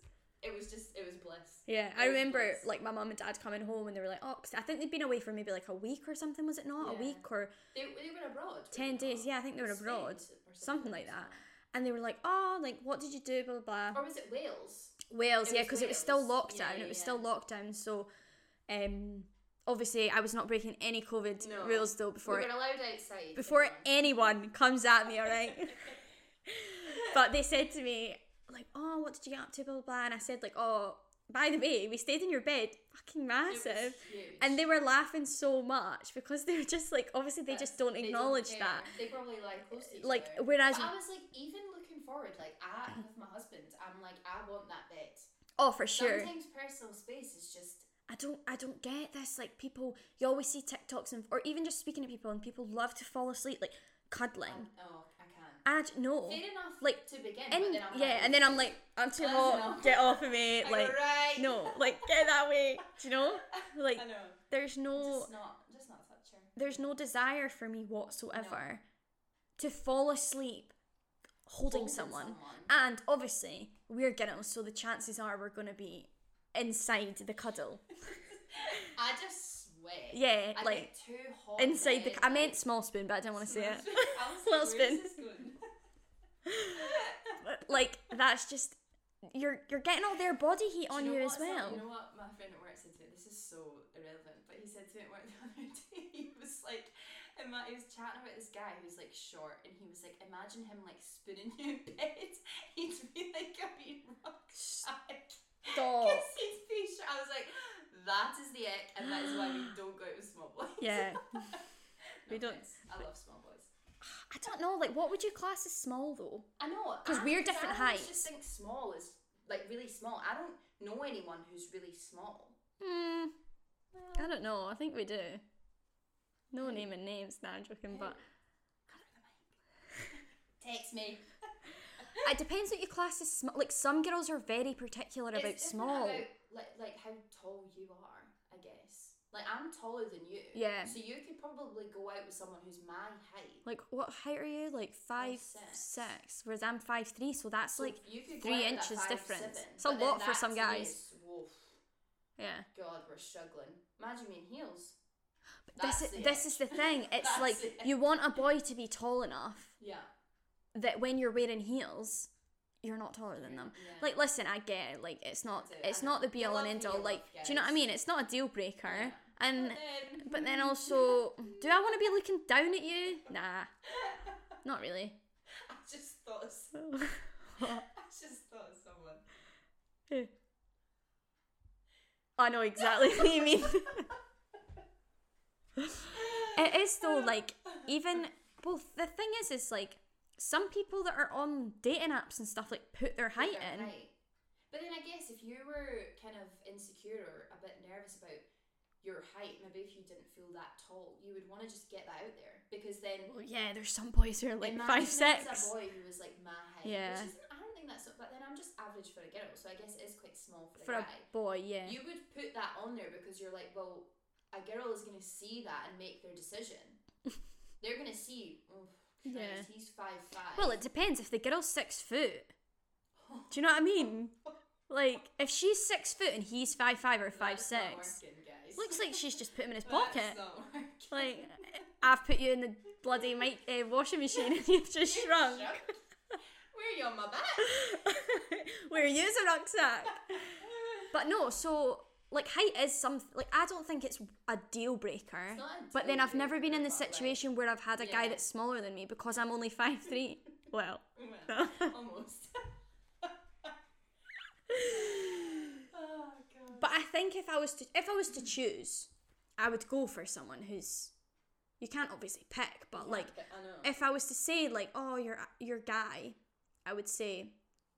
[SPEAKER 2] It was just. It was bliss.
[SPEAKER 1] Yeah, I
[SPEAKER 2] It was
[SPEAKER 1] remember
[SPEAKER 2] bliss.
[SPEAKER 1] like my mum and dad coming home and they were like, oh, 'cause I think they'd been away for maybe like a week or something, was it not? A
[SPEAKER 2] Yeah.
[SPEAKER 1] week or
[SPEAKER 2] They, they were abroad. were
[SPEAKER 1] 10
[SPEAKER 2] they not?
[SPEAKER 1] days. Yeah, I think they were
[SPEAKER 2] Spain
[SPEAKER 1] abroad.
[SPEAKER 2] or
[SPEAKER 1] something like that. And they were like, oh, like, what did you do? Blah, blah, blah.
[SPEAKER 2] Or was it Wales?
[SPEAKER 1] Wales,
[SPEAKER 2] Oh, it
[SPEAKER 1] yeah,
[SPEAKER 2] was
[SPEAKER 1] because it was still
[SPEAKER 2] Wales.
[SPEAKER 1] lockdown.
[SPEAKER 2] Yeah,
[SPEAKER 1] it was
[SPEAKER 2] yeah,
[SPEAKER 1] still lockdown. So, um, obviously, I was not breaking any COVID
[SPEAKER 2] No.
[SPEAKER 1] rules though before
[SPEAKER 2] we were allowed outside.
[SPEAKER 1] before
[SPEAKER 2] everyone.
[SPEAKER 1] anyone comes at me, all right? but they said to me, like, oh, what did you get up to? Blah, blah, blah. And I said, like, oh, by the way, we stayed in your bed. Fucking
[SPEAKER 2] It was
[SPEAKER 1] massive.
[SPEAKER 2] huge.
[SPEAKER 1] And they were laughing so much because they were just like, obviously, they just don't
[SPEAKER 2] They don't
[SPEAKER 1] acknowledge
[SPEAKER 2] care.
[SPEAKER 1] that.
[SPEAKER 2] They probably like close to each
[SPEAKER 1] Like,
[SPEAKER 2] other.
[SPEAKER 1] whereas,
[SPEAKER 2] But I was like, even looking forward, like I with my husband, I'm like, I want that bed.
[SPEAKER 1] oh, for sure.
[SPEAKER 2] Sometimes personal space is just
[SPEAKER 1] I don't, I don't get this. Like, people, you always see TikToks and, or even just speaking to people, and people love to fall asleep, like cuddling.
[SPEAKER 2] oh, I can't.
[SPEAKER 1] And I j- no,
[SPEAKER 2] Fair enough,
[SPEAKER 1] like,
[SPEAKER 2] like to begin.
[SPEAKER 1] and
[SPEAKER 2] but then I'm
[SPEAKER 1] yeah,
[SPEAKER 2] like,
[SPEAKER 1] and then I'm like, I'm too
[SPEAKER 2] That's
[SPEAKER 1] hot.
[SPEAKER 2] enough.
[SPEAKER 1] Get off of me,
[SPEAKER 2] I go,
[SPEAKER 1] like.
[SPEAKER 2] right.
[SPEAKER 1] No, like get that way. Do you know? Like
[SPEAKER 2] I know.
[SPEAKER 1] there's no
[SPEAKER 2] Just not, just not touch her.
[SPEAKER 1] there's no desire for me whatsoever to fall asleep holding,
[SPEAKER 2] Holding
[SPEAKER 1] someone.
[SPEAKER 2] someone.
[SPEAKER 1] And obviously, we're girls, so the chances are we're going to be inside the cuddle.
[SPEAKER 2] I just swear.
[SPEAKER 1] Yeah,
[SPEAKER 2] I
[SPEAKER 1] like
[SPEAKER 2] get too hot.
[SPEAKER 1] inside the
[SPEAKER 2] bed,
[SPEAKER 1] I meant
[SPEAKER 2] like,
[SPEAKER 1] small spoon, but I didn't want to say it.
[SPEAKER 2] I was
[SPEAKER 1] Little
[SPEAKER 2] like, where
[SPEAKER 1] spoon.
[SPEAKER 2] is this going?
[SPEAKER 1] But, like that's just you're you're getting all their body heat
[SPEAKER 2] Do
[SPEAKER 1] on
[SPEAKER 2] you,
[SPEAKER 1] you,
[SPEAKER 2] know
[SPEAKER 1] as
[SPEAKER 2] what's up?
[SPEAKER 1] well.
[SPEAKER 2] You know what my friend at work said to me? This is so irrelevant, but he said to me at work the other day, he was like, ima- he was chatting about this guy who's like short, and he was like, imagine him like spooning you in bed. He'd be like a wee rock shark.
[SPEAKER 1] Stop.
[SPEAKER 2] Because he'd be short. I was like, that is the ick, and that is why we don't go out with small boys.
[SPEAKER 1] Yeah.
[SPEAKER 2] we
[SPEAKER 1] We don't-
[SPEAKER 2] don't. I love small boys.
[SPEAKER 1] I don't know. Like what would you class as small though?
[SPEAKER 2] I know
[SPEAKER 1] 'Cause
[SPEAKER 2] I-
[SPEAKER 1] we're
[SPEAKER 2] I
[SPEAKER 1] different
[SPEAKER 2] always
[SPEAKER 1] heights.
[SPEAKER 2] Just think small is like really small. I don't know anyone who's really small.
[SPEAKER 1] Hmm. I don't know. I think we do. No naming names. Nah, I'm joking. But
[SPEAKER 2] Text me.
[SPEAKER 1] it depends what your class is. Sm- like some girls are very particular
[SPEAKER 2] It's
[SPEAKER 1] about
[SPEAKER 2] different
[SPEAKER 1] small.
[SPEAKER 2] about, like like how tall you are, I guess. Like I'm taller than you.
[SPEAKER 1] Yeah.
[SPEAKER 2] So you could probably go out with someone who's my height.
[SPEAKER 1] Like what height are you? Like five,
[SPEAKER 2] Five, six.
[SPEAKER 1] six. Whereas I'm five three, so that's
[SPEAKER 2] So
[SPEAKER 1] like
[SPEAKER 2] you could go
[SPEAKER 1] three
[SPEAKER 2] out with a
[SPEAKER 1] inches
[SPEAKER 2] five,
[SPEAKER 1] difference.
[SPEAKER 2] seven,
[SPEAKER 1] It's a
[SPEAKER 2] but then
[SPEAKER 1] lot for
[SPEAKER 2] that
[SPEAKER 1] some
[SPEAKER 2] to me
[SPEAKER 1] guys.
[SPEAKER 2] is- Woof,
[SPEAKER 1] yeah.
[SPEAKER 2] God, we're struggling. Imagine me in heels.
[SPEAKER 1] But this
[SPEAKER 2] That's
[SPEAKER 1] is,
[SPEAKER 2] it.
[SPEAKER 1] this is the thing. It's
[SPEAKER 2] That's
[SPEAKER 1] like
[SPEAKER 2] it.
[SPEAKER 1] you want a boy to be tall enough
[SPEAKER 2] Yeah.
[SPEAKER 1] that when you're wearing heels, you're not taller than them.
[SPEAKER 2] Yeah.
[SPEAKER 1] Like listen, I get it. Like it's not
[SPEAKER 2] That's it.
[SPEAKER 1] it's
[SPEAKER 2] I
[SPEAKER 1] not the
[SPEAKER 2] know.
[SPEAKER 1] be all
[SPEAKER 2] You're
[SPEAKER 1] and
[SPEAKER 2] lucky
[SPEAKER 1] end
[SPEAKER 2] you're
[SPEAKER 1] all. Like
[SPEAKER 2] lucky,
[SPEAKER 1] do you know what I
[SPEAKER 2] guys.
[SPEAKER 1] mean? It's not a deal breaker.
[SPEAKER 2] Yeah.
[SPEAKER 1] And
[SPEAKER 2] But then-
[SPEAKER 1] But then also, do I want to be looking down at you? Nah, not really.
[SPEAKER 2] I just thought of some- I just thought of someone.
[SPEAKER 1] I know exactly what you mean. it is though, like, even, well, the thing is, is like, some people that are on dating apps and stuff, like, put their height
[SPEAKER 2] Yeah,
[SPEAKER 1] in.
[SPEAKER 2] Right. But then I guess if you were kind of insecure or a bit nervous about your height, maybe if you didn't feel that tall, you would want to just get that out there because then
[SPEAKER 1] Well, yeah, there's some boys who are like
[SPEAKER 2] imagine
[SPEAKER 1] five,
[SPEAKER 2] if it's
[SPEAKER 1] six.
[SPEAKER 2] A boy who was like my height.
[SPEAKER 1] Yeah.
[SPEAKER 2] Which isn't, I don't think that's. But then I'm just average for a girl, so I guess it is quite small for,
[SPEAKER 1] For
[SPEAKER 2] a
[SPEAKER 1] a
[SPEAKER 2] guy.
[SPEAKER 1] boy, yeah.
[SPEAKER 2] You would put that on there because you're like, well, a girl is going to see that and make their decision. They're going to see. Oh, Christ,
[SPEAKER 1] Yeah.
[SPEAKER 2] He's five five.
[SPEAKER 1] Well, it depends. If the girl's six foot, do you know what I mean? Like, if she's six foot and he's five five or five
[SPEAKER 2] That's not
[SPEAKER 1] six,
[SPEAKER 2] working, guys.
[SPEAKER 1] looks like she's just put him in his
[SPEAKER 2] That's
[SPEAKER 1] pocket.
[SPEAKER 2] not working.
[SPEAKER 1] Like, I've put you in the bloody mic- uh, washing machine and you've just
[SPEAKER 2] You've
[SPEAKER 1] shrunk.
[SPEAKER 2] Where are you on my back?
[SPEAKER 1] We're using a rucksack. But no, so like height is something like I don't think it's a deal breaker.
[SPEAKER 2] It's not a
[SPEAKER 1] but then
[SPEAKER 2] deal
[SPEAKER 1] I've never been in the
[SPEAKER 2] breaker, but, like,
[SPEAKER 1] situation where I've had a guy
[SPEAKER 2] yeah.
[SPEAKER 1] that's smaller than me because I'm only five three. well,
[SPEAKER 2] Well, almost. oh god.
[SPEAKER 1] but I think if I was to if I was to choose, I would go for someone who's you can't obviously pick, but like
[SPEAKER 2] But I know.
[SPEAKER 1] if I was to say like, oh, you're your guy, I would say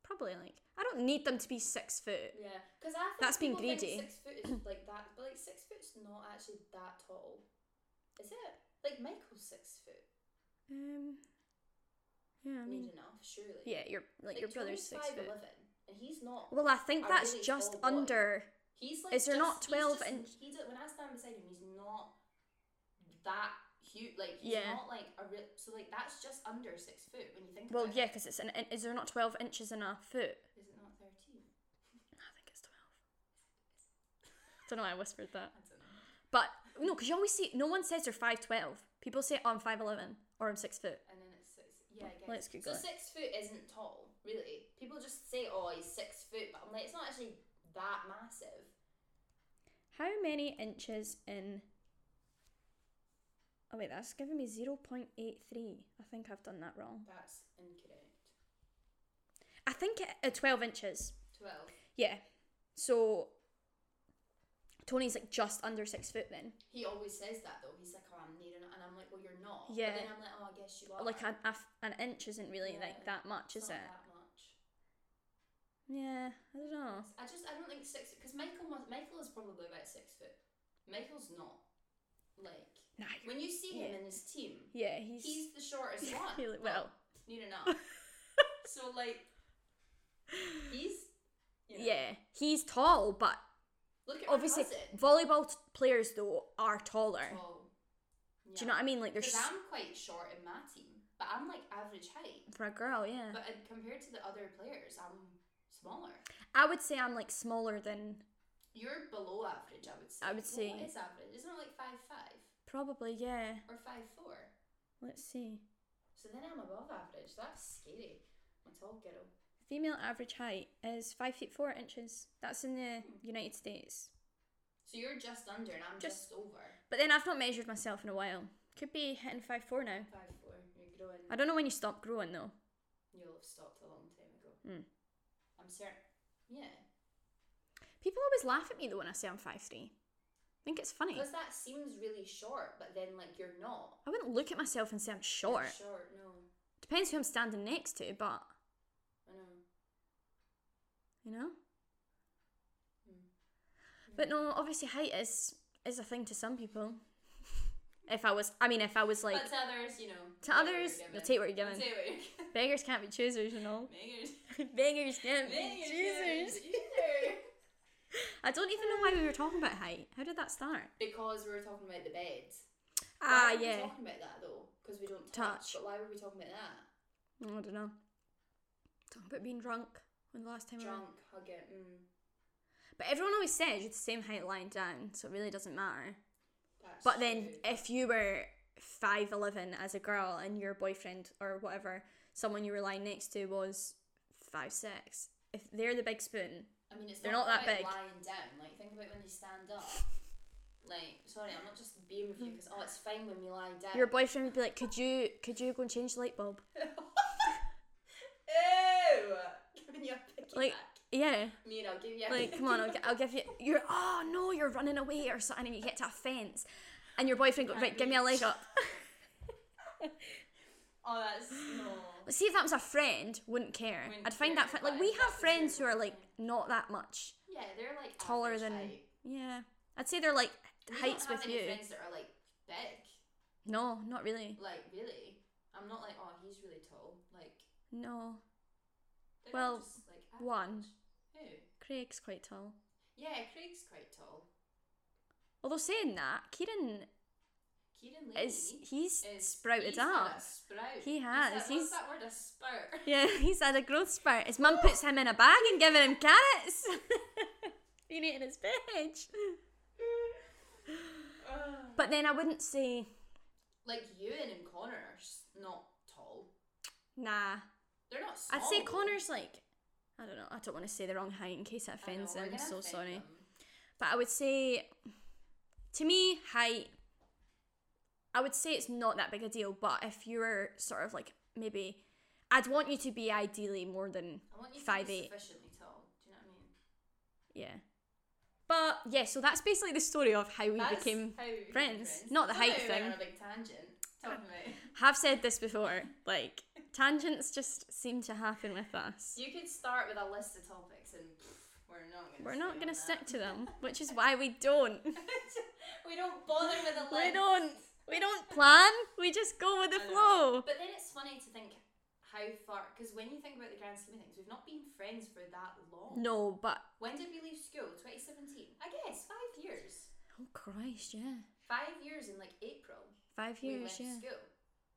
[SPEAKER 1] probably like I don't need them to be six foot.
[SPEAKER 2] Yeah, because I think
[SPEAKER 1] That's being
[SPEAKER 2] people think
[SPEAKER 1] greedy.
[SPEAKER 2] Six foot is like that, but like six foot's not actually that tall, is it? Like Michael's six foot,
[SPEAKER 1] Um, yeah, I
[SPEAKER 2] neat
[SPEAKER 1] mean,
[SPEAKER 2] enough, surely.
[SPEAKER 1] yeah, your like, your brother's
[SPEAKER 2] Tony's
[SPEAKER 1] six foot.
[SPEAKER 2] 5'11", and he's not.
[SPEAKER 1] Well, I think
[SPEAKER 2] a
[SPEAKER 1] that's
[SPEAKER 2] really
[SPEAKER 1] just
[SPEAKER 2] tall boy.
[SPEAKER 1] under.
[SPEAKER 2] He's like.
[SPEAKER 1] Is there
[SPEAKER 2] just,
[SPEAKER 1] not
[SPEAKER 2] he's
[SPEAKER 1] 12
[SPEAKER 2] just-
[SPEAKER 1] and-
[SPEAKER 2] He do- when I stand beside him, he's not that huge. Like he's
[SPEAKER 1] Yeah.
[SPEAKER 2] not like a real. So like that's just under six foot when you think.
[SPEAKER 1] Well,
[SPEAKER 2] about
[SPEAKER 1] yeah,
[SPEAKER 2] it.
[SPEAKER 1] because it's an. in- Is there not twelve inches in a foot?
[SPEAKER 2] Is it not thirteen?
[SPEAKER 1] I think it's twelve. Don't know. why I whispered that.
[SPEAKER 2] I don't know.
[SPEAKER 1] But no, because you always see. No one says they're five twelve. People say oh, I'm five eleven or I'm six foot.
[SPEAKER 2] And then it's six. Yeah, I guess.
[SPEAKER 1] Let's Google
[SPEAKER 2] so
[SPEAKER 1] it.
[SPEAKER 2] six foot isn't tall, really. People just say, "Oh, he's six foot," but I'm like, it's not actually that massive.
[SPEAKER 1] How many inches in? Oh wait, that's giving me zero point eight three. I think I've done that wrong.
[SPEAKER 2] That's incorrect.
[SPEAKER 1] I think it, uh, twelve inches.
[SPEAKER 2] Twelve.
[SPEAKER 1] Yeah. So Tony's like just under six foot then.
[SPEAKER 2] He always says that though. He's like, "Oh, I'm near," enough," and I'm like, "Well, you're not."
[SPEAKER 1] Yeah.
[SPEAKER 2] But then I'm like, "Oh, I guess you are."
[SPEAKER 1] Like an, a f- an inch isn't really
[SPEAKER 2] Yeah,
[SPEAKER 1] like that much,
[SPEAKER 2] It's
[SPEAKER 1] is it?
[SPEAKER 2] not That much.
[SPEAKER 1] Yeah, I don't know.
[SPEAKER 2] I just I don't think six because Michael must, Michael is probably about six foot. Michael's not. Like
[SPEAKER 1] Nah, you're-
[SPEAKER 2] when you see him
[SPEAKER 1] yeah.
[SPEAKER 2] in his team,
[SPEAKER 1] yeah, he's,
[SPEAKER 2] he's the shortest one.
[SPEAKER 1] You're like, well.
[SPEAKER 2] near enough. so like, he's you know,
[SPEAKER 1] yeah, he's tall, but
[SPEAKER 2] Look at
[SPEAKER 1] obviously
[SPEAKER 2] my cousin.
[SPEAKER 1] volleyball t- players though are taller.
[SPEAKER 2] Tall.
[SPEAKER 1] Do you know what I mean? Like there's
[SPEAKER 2] Because I'm quite short in my team, but I'm like average height.
[SPEAKER 1] for a girl, yeah.
[SPEAKER 2] But uh, compared to the other players, I'm smaller.
[SPEAKER 1] I would say I'm like smaller than
[SPEAKER 2] You're below average, I would say.
[SPEAKER 1] I would
[SPEAKER 2] Well,
[SPEAKER 1] say-
[SPEAKER 2] what is average? Isn't it like five five
[SPEAKER 1] probably yeah.
[SPEAKER 2] or five four?
[SPEAKER 1] Let's see.
[SPEAKER 2] So then I'm above average. That's scary. I'm a tall girl.
[SPEAKER 1] Female average height is five feet four inches. That's in the United States.
[SPEAKER 2] So you're just under, and I'm
[SPEAKER 1] Just-
[SPEAKER 2] just, over
[SPEAKER 1] But then I've not measured myself in a while. Could be hitting five four now.
[SPEAKER 2] five four. You're growing.
[SPEAKER 1] I don't know when you stop growing though.
[SPEAKER 2] You'll have stopped a long time ago.
[SPEAKER 1] Mm.
[SPEAKER 2] I'm certain. Yeah.
[SPEAKER 1] People always laugh at me though when I say I'm five three. I think it's funny.
[SPEAKER 2] Because that seems really short, but then like you're not.
[SPEAKER 1] I wouldn't look at myself and say I'm
[SPEAKER 2] You're
[SPEAKER 1] short.
[SPEAKER 2] Short, no.
[SPEAKER 1] Depends who I'm standing next to, but
[SPEAKER 2] I know.
[SPEAKER 1] you know.
[SPEAKER 2] Mm.
[SPEAKER 1] But no, obviously height is is a thing to some people. if I was, I mean, if I was like
[SPEAKER 2] but to others, you know.
[SPEAKER 1] to others, you'll take what you're given.
[SPEAKER 2] Take what you're given.
[SPEAKER 1] Beggars can't be choosers, you know.
[SPEAKER 2] Bangers.
[SPEAKER 1] Beggars can't be
[SPEAKER 2] Bangers.
[SPEAKER 1] choosers.
[SPEAKER 2] Choosers.
[SPEAKER 1] I don't even know why we were talking about height. How did that start?
[SPEAKER 2] Because we were talking about the beds.
[SPEAKER 1] Ah,
[SPEAKER 2] why were
[SPEAKER 1] yeah.
[SPEAKER 2] We talking about that though, because we don't touch.
[SPEAKER 1] Touch.
[SPEAKER 2] But why were we talking about that?
[SPEAKER 1] I don't know. Talking about being drunk when the last time we were.
[SPEAKER 2] Drunk, hugging. Mm,
[SPEAKER 1] But everyone always says you're the same height lying down, so it really doesn't matter.
[SPEAKER 2] that's
[SPEAKER 1] But then
[SPEAKER 2] true.
[SPEAKER 1] if you were 5'11 as a girl and your boyfriend or whatever, someone you were lying next to was 5'6, if they're the big spoon,
[SPEAKER 2] I mean, it's
[SPEAKER 1] they're
[SPEAKER 2] not,
[SPEAKER 1] not that
[SPEAKER 2] about
[SPEAKER 1] big.
[SPEAKER 2] Lying down, like think about when you stand up. Like, sorry, I'm not just being with you because oh, it's fine when we lie down.
[SPEAKER 1] your boyfriend would be like, "Could you could you go and change the light bulb?"
[SPEAKER 2] Ew! Giving you a piggyback.
[SPEAKER 1] Like- Yeah,
[SPEAKER 2] me and I'll give you a
[SPEAKER 1] like come on, I'll, gi- I'll give you. You're oh no, you're running away or something, and you get to a fence, and your boyfriend goes,
[SPEAKER 2] Can't
[SPEAKER 1] "Right, give me a leg up."
[SPEAKER 2] Oh, that's no.
[SPEAKER 1] But see if that was a friend, wouldn't care.
[SPEAKER 2] Wouldn't
[SPEAKER 1] I'd find
[SPEAKER 2] care,
[SPEAKER 1] that fri-
[SPEAKER 2] but
[SPEAKER 1] like we
[SPEAKER 2] if that
[SPEAKER 1] have
[SPEAKER 2] was
[SPEAKER 1] friends who
[SPEAKER 2] your
[SPEAKER 1] are like
[SPEAKER 2] boyfriend.
[SPEAKER 1] not that much
[SPEAKER 2] Yeah, they're like
[SPEAKER 1] taller
[SPEAKER 2] average
[SPEAKER 1] than.
[SPEAKER 2] height.
[SPEAKER 1] Yeah, I'd say they're like
[SPEAKER 2] We
[SPEAKER 1] heights
[SPEAKER 2] don't have
[SPEAKER 1] with
[SPEAKER 2] any
[SPEAKER 1] you.
[SPEAKER 2] friends that are like big.
[SPEAKER 1] No, not really.
[SPEAKER 2] Like really, I'm not like oh he's really tall. Like
[SPEAKER 1] No,
[SPEAKER 2] they're
[SPEAKER 1] Well,
[SPEAKER 2] just, like,
[SPEAKER 1] one.
[SPEAKER 2] average. Who?
[SPEAKER 1] Craig's quite tall.
[SPEAKER 2] Yeah, Craig's quite tall.
[SPEAKER 1] Although saying that, Kieran
[SPEAKER 2] Kieran Lee
[SPEAKER 1] It's, he's
[SPEAKER 2] is-
[SPEAKER 1] sprouted
[SPEAKER 2] he's had
[SPEAKER 1] up.
[SPEAKER 2] A sprout.
[SPEAKER 1] He
[SPEAKER 2] He's
[SPEAKER 1] has,
[SPEAKER 2] had- what's
[SPEAKER 1] he's-
[SPEAKER 2] that word? A spurt.
[SPEAKER 1] Yeah, he's had a growth spurt. His mum puts him in a bag and giving him carrots. Been eating his veg.
[SPEAKER 2] Ugh.
[SPEAKER 1] But then I wouldn't say,
[SPEAKER 2] like Ewan and Connor are s- not tall.
[SPEAKER 1] nah.
[SPEAKER 2] They're not small.
[SPEAKER 1] I'd say Connor's like, I don't know, I don't want to say the wrong height in case I
[SPEAKER 2] I know,
[SPEAKER 1] offends
[SPEAKER 2] we're
[SPEAKER 1] him,
[SPEAKER 2] gonna
[SPEAKER 1] so
[SPEAKER 2] offend
[SPEAKER 1] sorry.
[SPEAKER 2] them.
[SPEAKER 1] But I would say, to me, height, I would say it's not that big a deal, but if you were sort of like maybe, I'd want you to be ideally more than,
[SPEAKER 2] I want you to
[SPEAKER 1] Five
[SPEAKER 2] be
[SPEAKER 1] eight.
[SPEAKER 2] sufficiently tall. Do you know what I mean?
[SPEAKER 1] yeah. But yeah, so that's basically the story of how we
[SPEAKER 2] That's
[SPEAKER 1] became.
[SPEAKER 2] how we became
[SPEAKER 1] friends, not the
[SPEAKER 2] Somehow
[SPEAKER 1] height
[SPEAKER 2] we went
[SPEAKER 1] thing.
[SPEAKER 2] on a big tangent. Talking about.
[SPEAKER 1] Have said this before, like tangents just seem to happen with us.
[SPEAKER 2] You could start with a list of topics and pff, we're not gonna.
[SPEAKER 1] We're not
[SPEAKER 2] going
[SPEAKER 1] gonna stick to them, which is why we don't.
[SPEAKER 2] we don't bother with a list.
[SPEAKER 1] We don't. We don't plan. We just go with the
[SPEAKER 2] I
[SPEAKER 1] flow.
[SPEAKER 2] know. But then it's funny to think how far, because when you think about the grand scheme of things, we've not been friends for that long.
[SPEAKER 1] No, but
[SPEAKER 2] When did we leave school? 2017. I guess five years.
[SPEAKER 1] oh Christ, yeah,
[SPEAKER 2] Five years in like April.
[SPEAKER 1] five
[SPEAKER 2] we went
[SPEAKER 1] years, yeah,
[SPEAKER 2] to school.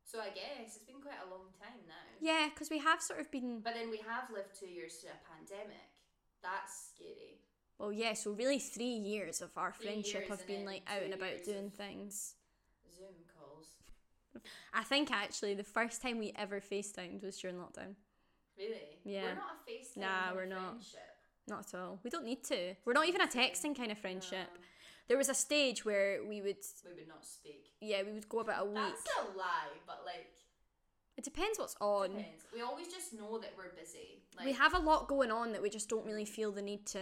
[SPEAKER 2] So I guess it's been quite a long time now.
[SPEAKER 1] yeah, because we have sort of been.
[SPEAKER 2] But then we have lived two years through a pandemic. That's scary.
[SPEAKER 1] Well, yeah, so really three years of our
[SPEAKER 2] Three years
[SPEAKER 1] friendship have
[SPEAKER 2] and
[SPEAKER 1] been
[SPEAKER 2] then
[SPEAKER 1] like
[SPEAKER 2] two
[SPEAKER 1] out and about
[SPEAKER 2] years
[SPEAKER 1] doing
[SPEAKER 2] of-
[SPEAKER 1] things.
[SPEAKER 2] Zoom calls.
[SPEAKER 1] I think actually the first time we ever FaceTimed was during lockdown.
[SPEAKER 2] Really?
[SPEAKER 1] Yeah.
[SPEAKER 2] We're not a FaceTime
[SPEAKER 1] Nah,
[SPEAKER 2] kind of
[SPEAKER 1] we're not.
[SPEAKER 2] friendship.
[SPEAKER 1] Not at all. We don't need to. We're not even a texting kind of friendship.
[SPEAKER 2] No,
[SPEAKER 1] There was a stage where we would,
[SPEAKER 2] we would not speak.
[SPEAKER 1] yeah, we would go about a week.
[SPEAKER 2] That's a lie, but like,
[SPEAKER 1] It depends what's on.
[SPEAKER 2] depends. We always just know that we're busy. Like,
[SPEAKER 1] we have a lot going on that we just don't really feel the need to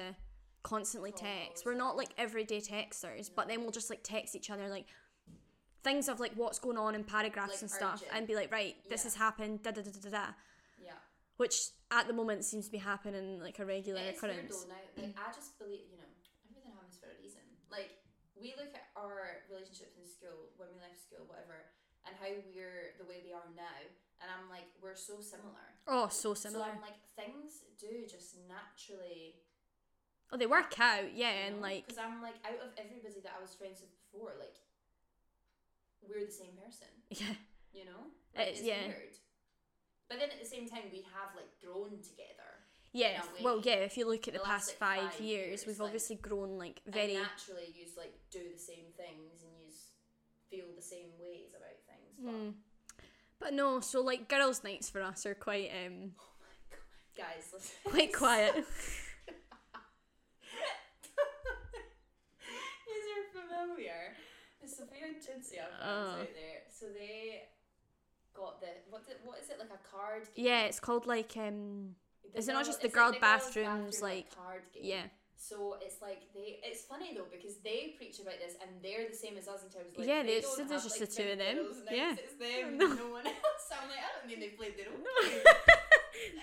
[SPEAKER 1] constantly
[SPEAKER 2] Call
[SPEAKER 1] text.
[SPEAKER 2] those
[SPEAKER 1] We're not
[SPEAKER 2] out.
[SPEAKER 1] like everyday texters, but then we'll just like text each other like things of like what's going on in
[SPEAKER 2] Like
[SPEAKER 1] paragraphs and stuff
[SPEAKER 2] urgent.
[SPEAKER 1] and be like, right, this
[SPEAKER 2] Yeah.
[SPEAKER 1] has happened, da da da da da da.
[SPEAKER 2] Yeah.
[SPEAKER 1] Which at the moment seems to be happening like a regular
[SPEAKER 2] It is weird
[SPEAKER 1] occurrence.
[SPEAKER 2] though now. Like, I just believe, you know, everything happens for a reason. Like, we look at our relationships in school, when we left school, whatever, and how we're the way we are now. And I'm like, we're so similar.
[SPEAKER 1] Oh, so
[SPEAKER 2] So
[SPEAKER 1] similar.
[SPEAKER 2] I'm like, things do just naturally.
[SPEAKER 1] oh, they work out, yeah, and like
[SPEAKER 2] Because I'm like, out of everybody that I was friends with before, like, we're the same person.
[SPEAKER 1] yeah,
[SPEAKER 2] you know
[SPEAKER 1] It is, Uh, yeah.
[SPEAKER 2] weird but then at the same time we have like grown together
[SPEAKER 1] yeah.
[SPEAKER 2] a
[SPEAKER 1] Well,
[SPEAKER 2] way,
[SPEAKER 1] yeah. If you look at the,
[SPEAKER 2] the
[SPEAKER 1] past
[SPEAKER 2] last, like,
[SPEAKER 1] five,
[SPEAKER 2] five
[SPEAKER 1] years,
[SPEAKER 2] years,
[SPEAKER 1] we've
[SPEAKER 2] like-
[SPEAKER 1] obviously grown like very.
[SPEAKER 2] and naturally you like do the same things and you feel the same ways about things but
[SPEAKER 1] Mm. But no, so like girls' nights for us are quite um
[SPEAKER 2] oh my god guys listen
[SPEAKER 1] quite quiet.
[SPEAKER 2] these are familiar the Sophia and Jinsey are
[SPEAKER 1] Oh.
[SPEAKER 2] friends out there so they got the what, did, what is it like a card game
[SPEAKER 1] Yeah, it's called like um
[SPEAKER 2] The
[SPEAKER 1] is it not
[SPEAKER 2] girl-
[SPEAKER 1] just
[SPEAKER 2] it's
[SPEAKER 1] the
[SPEAKER 2] like
[SPEAKER 1] girl
[SPEAKER 2] the girls'
[SPEAKER 1] bathrooms,
[SPEAKER 2] bathroom,
[SPEAKER 1] like-
[SPEAKER 2] card game
[SPEAKER 1] yeah.
[SPEAKER 2] So it's like they. It's funny though because they preach about this and they're the same as us in terms of like
[SPEAKER 1] Yeah,
[SPEAKER 2] they
[SPEAKER 1] they-
[SPEAKER 2] don't
[SPEAKER 1] so there's
[SPEAKER 2] have,
[SPEAKER 1] just
[SPEAKER 2] like,
[SPEAKER 1] the two of them.
[SPEAKER 2] girls' nights,
[SPEAKER 1] Yeah.
[SPEAKER 2] it's them,
[SPEAKER 1] No.
[SPEAKER 2] no. no one else. So I'm like, I don't mean they played their own game.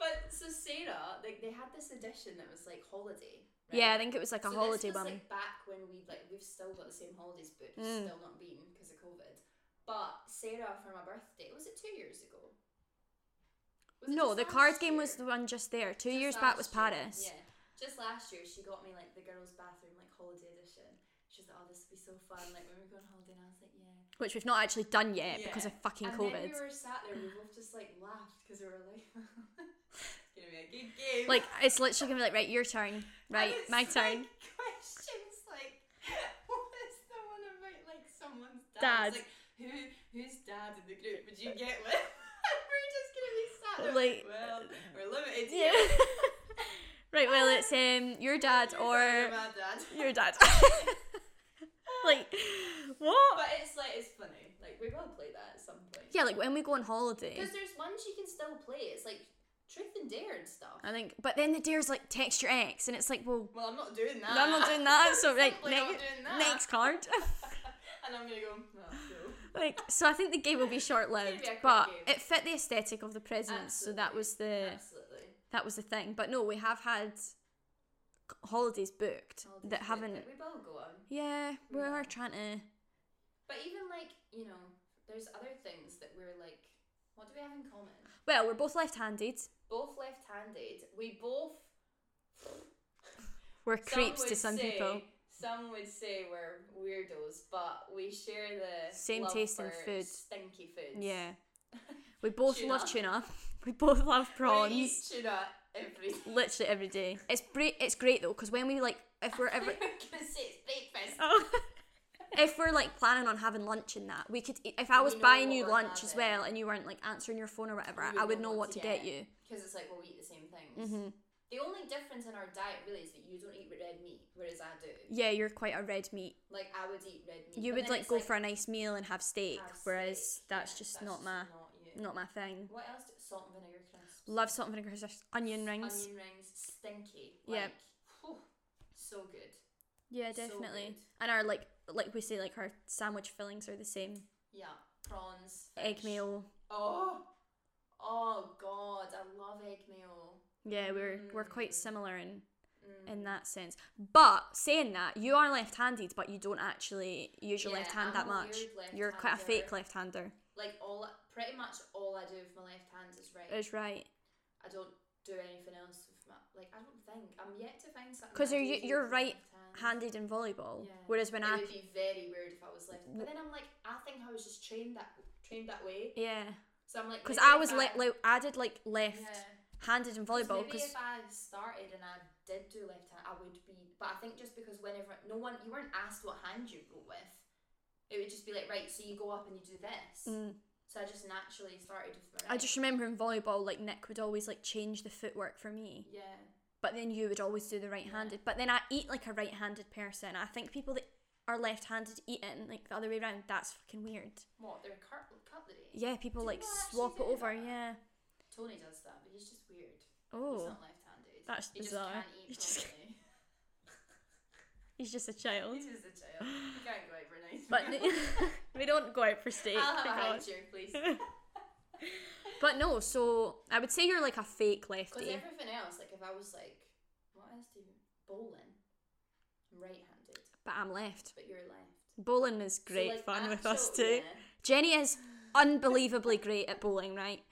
[SPEAKER 2] But so Sarah, like they had this edition that was like holiday. Right?
[SPEAKER 1] Yeah, I think it was like a
[SPEAKER 2] so
[SPEAKER 1] holiday
[SPEAKER 2] this was,
[SPEAKER 1] one.
[SPEAKER 2] Like back when we like we've still got the same holidays booked, it's
[SPEAKER 1] Mm.
[SPEAKER 2] still not been because of COVID. But Sarah for my birthday was it two years ago? Was it
[SPEAKER 1] no,
[SPEAKER 2] just
[SPEAKER 1] the
[SPEAKER 2] last
[SPEAKER 1] card game
[SPEAKER 2] year?
[SPEAKER 1] was the one just there. Two
[SPEAKER 2] Just
[SPEAKER 1] years back was
[SPEAKER 2] last year,
[SPEAKER 1] Paris.
[SPEAKER 2] Yeah. Just last year, she got me like the girls' bathroom, like holiday edition. She's like, oh, this would be so fun. Like when we go on holiday, and I was like, yeah.
[SPEAKER 1] Which we've not actually done yet because of
[SPEAKER 2] Yeah. and
[SPEAKER 1] fucking COVID.
[SPEAKER 2] then we were sat there, we both just like laughed because we were like, it's gonna be a good game.
[SPEAKER 1] Like it's literally gonna be like, right, your turn.
[SPEAKER 2] And
[SPEAKER 1] Right,
[SPEAKER 2] it's,
[SPEAKER 1] my
[SPEAKER 2] like,
[SPEAKER 1] turn.
[SPEAKER 2] Questions like, what is the one about like someone's dad?
[SPEAKER 1] Dad.
[SPEAKER 2] It's like, who whose dad in the group would you get with? we're just gonna be sat there
[SPEAKER 1] Like-
[SPEAKER 2] like, well, we're limited.
[SPEAKER 1] Yeah.
[SPEAKER 2] here.
[SPEAKER 1] right, well it's um your dad
[SPEAKER 2] Who's
[SPEAKER 1] or
[SPEAKER 2] my dad.
[SPEAKER 1] your dad. like what?
[SPEAKER 2] But it's like it's funny. Like we will play that at some point.
[SPEAKER 1] Yeah, like when we go on holiday.
[SPEAKER 2] Because there's ones you can still play. It's like Truth and Dare and stuff.
[SPEAKER 1] I think but then the dare's like text your ex and it's like, well,
[SPEAKER 2] well, I'm not doing that.
[SPEAKER 1] No, I'm not doing that. So right,
[SPEAKER 2] Simply not
[SPEAKER 1] next,
[SPEAKER 2] doing that.
[SPEAKER 1] next card.
[SPEAKER 2] and I'm gonna go. No, no.
[SPEAKER 1] like, so I think the game will be
[SPEAKER 2] It's
[SPEAKER 1] short-lived,
[SPEAKER 2] gonna be a quick
[SPEAKER 1] but
[SPEAKER 2] game.
[SPEAKER 1] it fit the aesthetic of the presents. So that
[SPEAKER 2] Absolutely.
[SPEAKER 1] was the
[SPEAKER 2] Absolutely.
[SPEAKER 1] that was the thing. But no, we have had holidays booked
[SPEAKER 2] I'll do
[SPEAKER 1] that
[SPEAKER 2] it,
[SPEAKER 1] haven't.
[SPEAKER 2] but We will go on.
[SPEAKER 1] Yeah, we
[SPEAKER 2] Yeah.
[SPEAKER 1] are trying to.
[SPEAKER 2] But even like you know, there's other things that we're like. What do we have in common?
[SPEAKER 1] Well, we're both left-handed.
[SPEAKER 2] Both left-handed. We both.
[SPEAKER 1] We're
[SPEAKER 2] some
[SPEAKER 1] creeps to
[SPEAKER 2] would
[SPEAKER 1] some
[SPEAKER 2] say,
[SPEAKER 1] people.
[SPEAKER 2] Some would say we're weirdos, but we share the
[SPEAKER 1] Same
[SPEAKER 2] love
[SPEAKER 1] taste in
[SPEAKER 2] for
[SPEAKER 1] food.
[SPEAKER 2] Stinky foods.
[SPEAKER 1] Yeah. We both love
[SPEAKER 2] Tuna.
[SPEAKER 1] tuna. We both love
[SPEAKER 2] We eat
[SPEAKER 1] prawns.
[SPEAKER 2] tuna every.
[SPEAKER 1] Literally every day. It's great. It's great though, because when we like, if we're ever,
[SPEAKER 2] gonna say it's breakfast.
[SPEAKER 1] oh. if we're like planning on having lunch and that, we could. eat- If I was
[SPEAKER 2] know
[SPEAKER 1] buying
[SPEAKER 2] what
[SPEAKER 1] you
[SPEAKER 2] we're
[SPEAKER 1] lunch as
[SPEAKER 2] having.
[SPEAKER 1] well, and you weren't like answering your phone or whatever,
[SPEAKER 2] You
[SPEAKER 1] I would know what to get, you.
[SPEAKER 2] Because it's like, well, we eat the same things.
[SPEAKER 1] hmm
[SPEAKER 2] The only difference in our diet really is that you don't eat red meat, whereas I do.
[SPEAKER 1] Yeah, you're quite a red meat.
[SPEAKER 2] Like, I would eat red meat.
[SPEAKER 1] You
[SPEAKER 2] but
[SPEAKER 1] would
[SPEAKER 2] then
[SPEAKER 1] like
[SPEAKER 2] it's
[SPEAKER 1] go for a nice meal and have steak,
[SPEAKER 2] have
[SPEAKER 1] whereas
[SPEAKER 2] steak,
[SPEAKER 1] that's
[SPEAKER 2] yeah,
[SPEAKER 1] just not my
[SPEAKER 2] not you.
[SPEAKER 1] not my thing.
[SPEAKER 2] What else? Do, salt and vinegar crisps.
[SPEAKER 1] Love salt and vinegar crisps, onion rings.
[SPEAKER 2] Onion rings, stinky. Like,
[SPEAKER 1] Yeah.
[SPEAKER 2] whew, so good.
[SPEAKER 1] Yeah,
[SPEAKER 2] So
[SPEAKER 1] definitely.
[SPEAKER 2] good.
[SPEAKER 1] and our like like we say like our sandwich fillings are the same.
[SPEAKER 2] Yeah, prawns.
[SPEAKER 1] Egg
[SPEAKER 2] fish.
[SPEAKER 1] meal.
[SPEAKER 2] Oh, oh God, I love egg meal.
[SPEAKER 1] Yeah, we're we're quite
[SPEAKER 2] Mm.
[SPEAKER 1] similar in
[SPEAKER 2] Mm.
[SPEAKER 1] in that sense. But saying that, you are left-handed, but you don't actually use your
[SPEAKER 2] Yeah,
[SPEAKER 1] left hand
[SPEAKER 2] I'm
[SPEAKER 1] that
[SPEAKER 2] a
[SPEAKER 1] much.
[SPEAKER 2] weird
[SPEAKER 1] You're quite a fake
[SPEAKER 2] left-hander.
[SPEAKER 1] left-hander.
[SPEAKER 2] Like all, pretty much all I do with my left hand is right.
[SPEAKER 1] Is right
[SPEAKER 2] I don't do anything else with my like. I don't think I'm yet to find something.
[SPEAKER 1] 'Cause
[SPEAKER 2] that I
[SPEAKER 1] you're-
[SPEAKER 2] do with
[SPEAKER 1] you're
[SPEAKER 2] my left hand.
[SPEAKER 1] handed in volleyball,
[SPEAKER 2] Yeah.
[SPEAKER 1] whereas when
[SPEAKER 2] it
[SPEAKER 1] I
[SPEAKER 2] would be very weird if I was left. But then I'm like, I think I was just trained that trained that way.
[SPEAKER 1] yeah,
[SPEAKER 2] So I'm like,
[SPEAKER 1] because
[SPEAKER 2] maybe
[SPEAKER 1] I
[SPEAKER 2] if
[SPEAKER 1] was le- like I did like
[SPEAKER 2] Yeah.
[SPEAKER 1] left-handed in
[SPEAKER 2] 'Cause
[SPEAKER 1] volleyball
[SPEAKER 2] maybe
[SPEAKER 1] because
[SPEAKER 2] if I started and I did do left hand, I would be. But I think just because whenever no one, you weren't asked what hand you wrote with, it would just be like, right, so you go up and you do this.
[SPEAKER 1] Mm.
[SPEAKER 2] So I just naturally started with my.
[SPEAKER 1] I
[SPEAKER 2] right.
[SPEAKER 1] just remember in volleyball like Nick would always like change the footwork for me,
[SPEAKER 2] yeah.
[SPEAKER 1] but then you would always do the right-handed. But then I eat like a right-handed person. I think people that are left-handed eating like the other way around, that's fucking weird.
[SPEAKER 2] What they're cut- cutlery.
[SPEAKER 1] Yeah, people
[SPEAKER 2] Do
[SPEAKER 1] like
[SPEAKER 2] people actually
[SPEAKER 1] swap it
[SPEAKER 2] do
[SPEAKER 1] over.
[SPEAKER 2] that?
[SPEAKER 1] Yeah.
[SPEAKER 2] Tony does that, but he's just weird. He's
[SPEAKER 1] Oh,
[SPEAKER 2] not left-handed.
[SPEAKER 1] that's
[SPEAKER 2] he
[SPEAKER 1] bizarre. He just
[SPEAKER 2] Just can't eat
[SPEAKER 1] he's just a child.
[SPEAKER 2] properly. he's just a child. He can't go out for a nice
[SPEAKER 1] But
[SPEAKER 2] meal.
[SPEAKER 1] we don't go out for steak.
[SPEAKER 2] I'll have a
[SPEAKER 1] thank God.
[SPEAKER 2] hand cheer, please.
[SPEAKER 1] But no, so I would say you're like a fake
[SPEAKER 2] Because
[SPEAKER 1] lefty.
[SPEAKER 2] everything else, like if I was like, what else do you bowling? I'm right-handed,
[SPEAKER 1] But I'm left.
[SPEAKER 2] but you're left.
[SPEAKER 1] Bowling is
[SPEAKER 2] So,
[SPEAKER 1] great
[SPEAKER 2] like,
[SPEAKER 1] fun with us
[SPEAKER 2] actual-
[SPEAKER 1] too.
[SPEAKER 2] yeah.
[SPEAKER 1] Jenny is unbelievably great at bowling, right?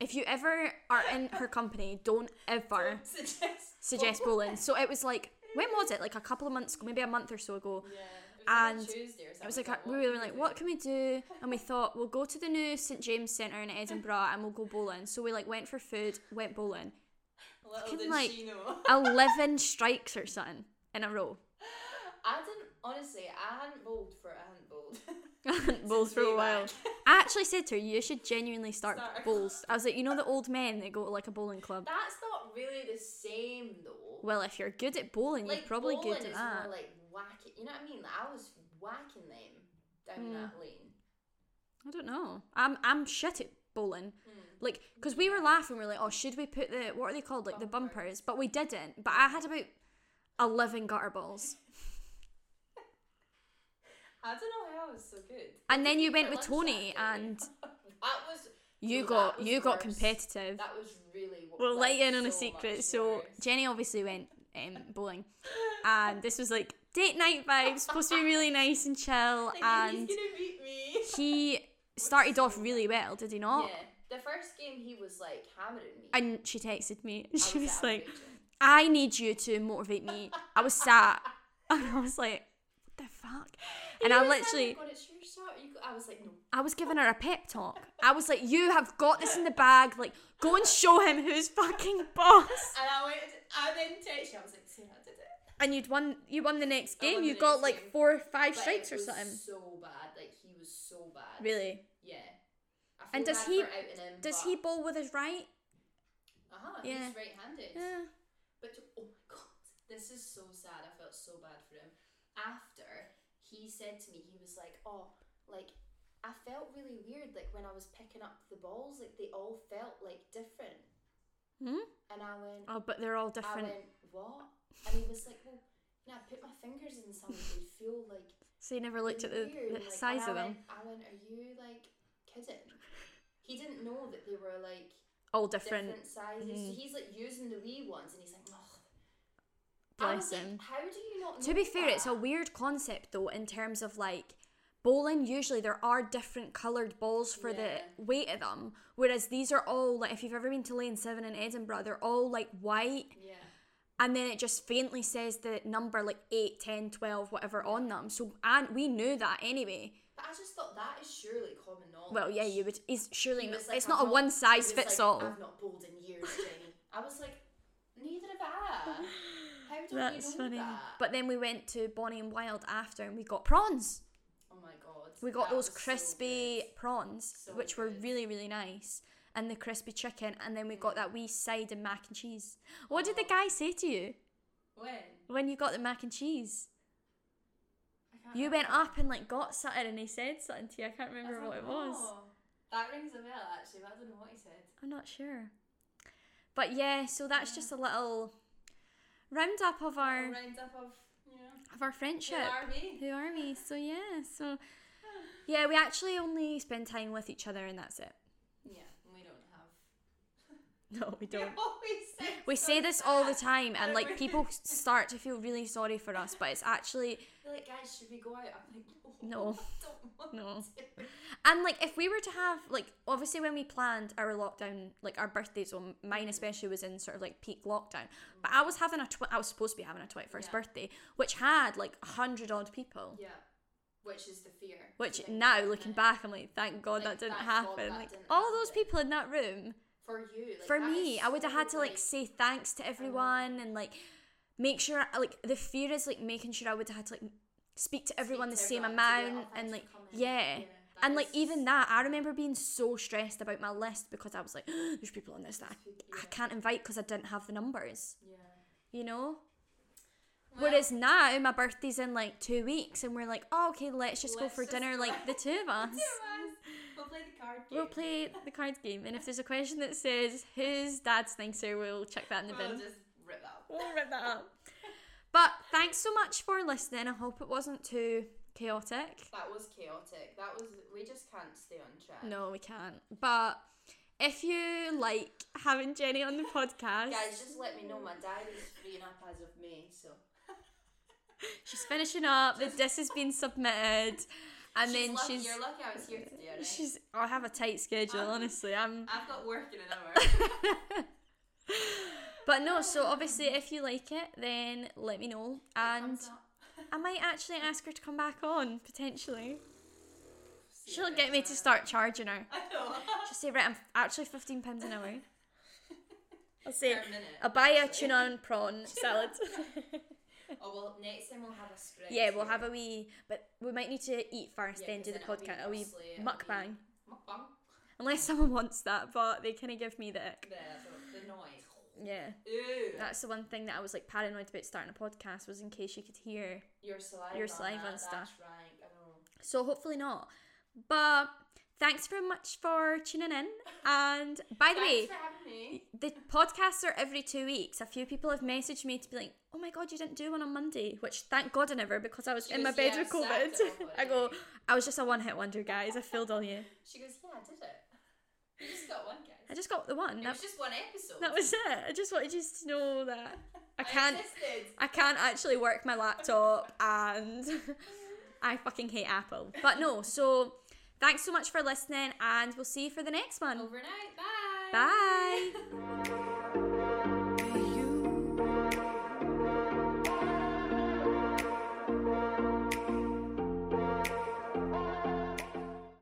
[SPEAKER 1] If you ever are in her company, don't ever
[SPEAKER 2] Don't suggest.
[SPEAKER 1] suggest bowling. So it was like, when was it? Like a couple of months ago, maybe a month or so ago.
[SPEAKER 2] Yeah. It was
[SPEAKER 1] And
[SPEAKER 2] like a Tuesday or something.
[SPEAKER 1] It was like
[SPEAKER 2] I
[SPEAKER 1] a, we were like, what can we do? And we thought we'll go to the new St James Centre in Edinburgh and we'll go bowling. So we like went for food, went bowling.
[SPEAKER 2] Little
[SPEAKER 1] fucking,
[SPEAKER 2] did
[SPEAKER 1] like-
[SPEAKER 2] she know.
[SPEAKER 1] Eleven strikes or something in a row.
[SPEAKER 2] I didn't honestly. I hadn't bowled for. I hadn't bowled.
[SPEAKER 1] Bowls
[SPEAKER 2] Since
[SPEAKER 1] for a
[SPEAKER 2] way
[SPEAKER 1] while.
[SPEAKER 2] back.
[SPEAKER 1] I actually said to her, you should genuinely start
[SPEAKER 2] Start.
[SPEAKER 1] bowls. I was like, you know the old men that go to like a bowling club.
[SPEAKER 2] That's not really the same though.
[SPEAKER 1] Well, if you're good at bowling, you're probably
[SPEAKER 2] bowling
[SPEAKER 1] good at
[SPEAKER 2] is
[SPEAKER 1] that.
[SPEAKER 2] More like whacking, you know what I mean? Like I was whacking them down
[SPEAKER 1] Mm.
[SPEAKER 2] that lane.
[SPEAKER 1] I don't know. I'm I'm shit at bowling.
[SPEAKER 2] Mm.
[SPEAKER 1] Like, because we were laughing, we were like, oh, should we put the, what are they called? Like the
[SPEAKER 2] Bumpers.
[SPEAKER 1] bumpers. But we didn't. But I had about 11 gutter balls.
[SPEAKER 2] I don't know how I was so good.
[SPEAKER 1] And then you
[SPEAKER 2] Eat
[SPEAKER 1] went
[SPEAKER 2] at lunch
[SPEAKER 1] with Tony
[SPEAKER 2] that day.
[SPEAKER 1] and
[SPEAKER 2] that was
[SPEAKER 1] you
[SPEAKER 2] No, that
[SPEAKER 1] got
[SPEAKER 2] was
[SPEAKER 1] you got
[SPEAKER 2] worse.
[SPEAKER 1] competitive.
[SPEAKER 2] that was really. what-
[SPEAKER 1] We'll let you in on a
[SPEAKER 2] so
[SPEAKER 1] secret.
[SPEAKER 2] much
[SPEAKER 1] So
[SPEAKER 2] worse.
[SPEAKER 1] Jenny obviously went um, bowling, and this was like date night vibes, supposed to be really nice and chill.
[SPEAKER 2] Thinking
[SPEAKER 1] And
[SPEAKER 2] he's gonna beat me.
[SPEAKER 1] he started off really well, did he not?
[SPEAKER 2] Yeah, the first game he was like hammering me.
[SPEAKER 1] And she texted me.
[SPEAKER 2] I
[SPEAKER 1] She was like,
[SPEAKER 2] outraging.
[SPEAKER 1] "I need you to motivate me." I was sat, and I was like, "What the fuck?" And
[SPEAKER 2] He
[SPEAKER 1] I
[SPEAKER 2] was like,
[SPEAKER 1] literally.
[SPEAKER 2] "Oh my God, it's your shot. You go-" I was like, no.
[SPEAKER 1] I was giving her a pep talk. I was like, "You have got this in the bag. Like, go and show him who's fucking boss."
[SPEAKER 2] And I went. I then texted. you, I was like, see, I did it.
[SPEAKER 1] And you'd won. You won the next
[SPEAKER 2] I won
[SPEAKER 1] game.
[SPEAKER 2] the
[SPEAKER 1] You
[SPEAKER 2] next
[SPEAKER 1] got like
[SPEAKER 2] game.
[SPEAKER 1] four, or five
[SPEAKER 2] But
[SPEAKER 1] strikes
[SPEAKER 2] it
[SPEAKER 1] or
[SPEAKER 2] was
[SPEAKER 1] something.
[SPEAKER 2] So bad, like he was so bad.
[SPEAKER 1] Really?
[SPEAKER 2] Yeah. I
[SPEAKER 1] And
[SPEAKER 2] feel
[SPEAKER 1] does
[SPEAKER 2] bad
[SPEAKER 1] he-
[SPEAKER 2] for outing him,
[SPEAKER 1] Does
[SPEAKER 2] but-
[SPEAKER 1] he bowl with his right?
[SPEAKER 2] Uh-huh,
[SPEAKER 1] Yeah.
[SPEAKER 2] he's right-handed.
[SPEAKER 1] Yeah.
[SPEAKER 2] But oh my god, this is so sad. I felt so bad for him. After he said to me, he was like, "Oh, like I felt really weird. Like when I was picking up the balls, like they all felt like different."
[SPEAKER 1] Hmm?
[SPEAKER 2] And I went,
[SPEAKER 1] Oh, but they're
[SPEAKER 2] I
[SPEAKER 1] all different.
[SPEAKER 2] went, what? And he was like, well, you know, I put my fingers in something, they feel like
[SPEAKER 1] So you never looked at the,
[SPEAKER 2] weird.
[SPEAKER 1] the
[SPEAKER 2] like,
[SPEAKER 1] size
[SPEAKER 2] and
[SPEAKER 1] of
[SPEAKER 2] I
[SPEAKER 1] them.
[SPEAKER 2] Went, I went, are you like kidding? He didn't know that they were like
[SPEAKER 1] All different.
[SPEAKER 2] different, sizes. So
[SPEAKER 1] Mhm.
[SPEAKER 2] he's like using the wee ones, and he's like, oh. I was
[SPEAKER 1] Bless
[SPEAKER 2] like,
[SPEAKER 1] him.
[SPEAKER 2] How do you not?
[SPEAKER 1] To
[SPEAKER 2] know
[SPEAKER 1] be fair, it's a
[SPEAKER 2] that?"
[SPEAKER 1] weird concept though in terms of like bowling. Usually there are different coloured balls for
[SPEAKER 2] Yeah.
[SPEAKER 1] the weight of them, whereas these are all like if you've ever been to Lane Seven in Edinburgh, they're all like white
[SPEAKER 2] Yeah.
[SPEAKER 1] and then it just faintly says the number like 8 10 12 whatever on them so and we knew that anyway
[SPEAKER 2] But I just thought that is surely common knowledge.
[SPEAKER 1] well yeah you would it's surely
[SPEAKER 2] He
[SPEAKER 1] not,
[SPEAKER 2] was like,
[SPEAKER 1] it's
[SPEAKER 2] "I'm
[SPEAKER 1] not a one
[SPEAKER 2] he
[SPEAKER 1] size
[SPEAKER 2] was
[SPEAKER 1] fits
[SPEAKER 2] like,
[SPEAKER 1] all
[SPEAKER 2] I've not bowled in years, Jenny. I was like, neither have I. How do
[SPEAKER 1] that's
[SPEAKER 2] you know
[SPEAKER 1] funny
[SPEAKER 2] that?
[SPEAKER 1] but then we went to bonnie and wild after and we got prawns
[SPEAKER 2] oh my god.
[SPEAKER 1] we got
[SPEAKER 2] that was
[SPEAKER 1] those
[SPEAKER 2] so
[SPEAKER 1] crispy
[SPEAKER 2] good.
[SPEAKER 1] prawns
[SPEAKER 2] So
[SPEAKER 1] which were
[SPEAKER 2] good.
[SPEAKER 1] really really nice and the crispy chicken and then we got that wee side of mac and cheese what did the
[SPEAKER 2] Mm. Oh.
[SPEAKER 1] guy say to you
[SPEAKER 2] When?
[SPEAKER 1] when you got the mac and cheese
[SPEAKER 2] I can't
[SPEAKER 1] you went
[SPEAKER 2] remember.
[SPEAKER 1] up and like got something and he said something to you i can't
[SPEAKER 2] I
[SPEAKER 1] remember
[SPEAKER 2] don't
[SPEAKER 1] what it was
[SPEAKER 2] know. That rings a bell actually, but I don't know what he said.
[SPEAKER 1] I'm not sure. But yeah, so that's just a little roundup of our
[SPEAKER 2] A roundup of, you know,
[SPEAKER 1] of our
[SPEAKER 2] who
[SPEAKER 1] friendship.
[SPEAKER 2] are we?
[SPEAKER 1] Who are we? So yeah, so yeah, we actually only spend time with each other and that's it.
[SPEAKER 2] Yeah, we don't have.
[SPEAKER 1] No, we
[SPEAKER 2] We always say
[SPEAKER 1] We
[SPEAKER 2] so
[SPEAKER 1] say this all the
[SPEAKER 2] sad.
[SPEAKER 1] time and like
[SPEAKER 2] Every-
[SPEAKER 1] people start to feel really sorry for us, but it's actually
[SPEAKER 2] They're like, guys, should we go out? I'm like,
[SPEAKER 1] No.
[SPEAKER 2] I don't want
[SPEAKER 1] No.
[SPEAKER 2] to."
[SPEAKER 1] And like, if we were to have like, obviously when we planned our lockdown, like our birthdays, well, mine especially was in sort of like peak lockdown. But I was having a tw- I was supposed to be having a twenty first
[SPEAKER 2] Yeah.
[SPEAKER 1] birthday, which had like a hundred odd people.
[SPEAKER 2] Yeah, which is the fear.
[SPEAKER 1] Which
[SPEAKER 2] Yeah,
[SPEAKER 1] now
[SPEAKER 2] yeah,
[SPEAKER 1] looking
[SPEAKER 2] yeah.
[SPEAKER 1] back, I'm like, thank God
[SPEAKER 2] Like,
[SPEAKER 1] that didn't
[SPEAKER 2] thank God
[SPEAKER 1] happen.
[SPEAKER 2] that
[SPEAKER 1] like
[SPEAKER 2] didn't
[SPEAKER 1] all those
[SPEAKER 2] happen.
[SPEAKER 1] people in that room
[SPEAKER 2] for you, like,
[SPEAKER 1] for
[SPEAKER 2] that
[SPEAKER 1] me,
[SPEAKER 2] is
[SPEAKER 1] I would have
[SPEAKER 2] so,
[SPEAKER 1] had to like say thanks to everyone and like make sure like the fear is like making sure I would have had to like speak to everyone
[SPEAKER 2] to
[SPEAKER 1] the same
[SPEAKER 2] everyone and be like,
[SPEAKER 1] amount
[SPEAKER 2] "Oh,
[SPEAKER 1] and like
[SPEAKER 2] thanks for coming."
[SPEAKER 1] yeah.
[SPEAKER 2] Yeah, that
[SPEAKER 1] and like
[SPEAKER 2] is-
[SPEAKER 1] even that, I remember being so stressed about my list because I was like, "There's people on this that I,
[SPEAKER 2] Yeah.
[SPEAKER 1] I can't invite because I didn't have the numbers,"
[SPEAKER 2] Yeah.
[SPEAKER 1] you
[SPEAKER 2] Well,
[SPEAKER 1] know. Whereas now my birthday's in like two weeks, and we're like, "Oh, okay, let's just
[SPEAKER 2] Let's
[SPEAKER 1] go for
[SPEAKER 2] just
[SPEAKER 1] dinner,
[SPEAKER 2] go
[SPEAKER 1] like
[SPEAKER 2] out."
[SPEAKER 1] the two of us."
[SPEAKER 2] Two of us. We'll play the card game.
[SPEAKER 1] We'll play the cards game, and if there's a question that says whose dad's nicer, we'll check that in the
[SPEAKER 2] We'll
[SPEAKER 1] bin.
[SPEAKER 2] just rip out.
[SPEAKER 1] We'll rip that up. But thanks so much for listening. I hope it wasn't too chaotic.
[SPEAKER 2] That was chaotic. That was. We just can't stay on track.
[SPEAKER 1] No, we can't. But if you like having Jenny on the podcast,
[SPEAKER 2] Guys, just let me know. My diary's freeing up as of May, so.
[SPEAKER 1] she's finishing up. The disc has been submitted, and
[SPEAKER 2] she's
[SPEAKER 1] then
[SPEAKER 2] lucky.
[SPEAKER 1] she's
[SPEAKER 2] You're lucky I was here today, alright?
[SPEAKER 1] she's. I have a tight schedule,
[SPEAKER 2] Um,
[SPEAKER 1] honestly. I'm.
[SPEAKER 2] I've got work in an hour.
[SPEAKER 1] But no, so obviously, if you like it, then let me know, and
[SPEAKER 2] Thumbs up.
[SPEAKER 1] I might actually ask her to come back on potentially.
[SPEAKER 2] See you
[SPEAKER 1] She'll
[SPEAKER 2] next
[SPEAKER 1] get me to
[SPEAKER 2] time.
[SPEAKER 1] start charging her.
[SPEAKER 2] I know.
[SPEAKER 1] Just say, right, I'm actually fifteen pounds an hour. I'll say,
[SPEAKER 2] For a minute.
[SPEAKER 1] I'll buy a tuna and prawn salad.
[SPEAKER 2] Oh well, next time we'll have a script.
[SPEAKER 1] yeah, we'll have a wee, but we might need to eat first,
[SPEAKER 2] Yeah,
[SPEAKER 1] then do the
[SPEAKER 2] 'cause then
[SPEAKER 1] podcast, a
[SPEAKER 2] it'll be
[SPEAKER 1] wee
[SPEAKER 2] mostly a wee-
[SPEAKER 1] mukbang.
[SPEAKER 2] mukbang.
[SPEAKER 1] Unless someone wants that, but they kind of give me the ick.
[SPEAKER 2] The, the, the noise.
[SPEAKER 1] Yeah,
[SPEAKER 2] Ooh.
[SPEAKER 1] that's the one thing that I was like paranoid about starting a podcast was in case you could hear.
[SPEAKER 2] your saliva.
[SPEAKER 1] your
[SPEAKER 2] on
[SPEAKER 1] saliva
[SPEAKER 2] that,
[SPEAKER 1] and stuff.
[SPEAKER 2] That's right. I know.
[SPEAKER 1] So hopefully not. But thanks very much for tuning in. And by the way,
[SPEAKER 2] Thanks for having me.
[SPEAKER 1] the podcasts are every two weeks. A few people have messaged me to be like, "Oh my god, you didn't do one on Monday," which thank God I never because I was in my
[SPEAKER 2] She was-
[SPEAKER 1] bed
[SPEAKER 2] yeah,
[SPEAKER 1] with
[SPEAKER 2] I'm sad
[SPEAKER 1] COVID.
[SPEAKER 2] that
[SPEAKER 1] I
[SPEAKER 2] nobody-
[SPEAKER 1] go, I was just a one-hit wonder, guys. I failed all you.
[SPEAKER 2] She goes, yeah, I did it. You just got one, guys.
[SPEAKER 1] I just got the one.
[SPEAKER 2] It
[SPEAKER 1] That,
[SPEAKER 2] was just one episode.
[SPEAKER 1] that was it. I just wanted you to know that I can't.
[SPEAKER 2] Existed.
[SPEAKER 1] I can't actually work my laptop, and I fucking hate Apple. But no, so thanks so much for listening, and we'll see you for the next one.
[SPEAKER 2] Overnight. Bye.
[SPEAKER 1] Bye.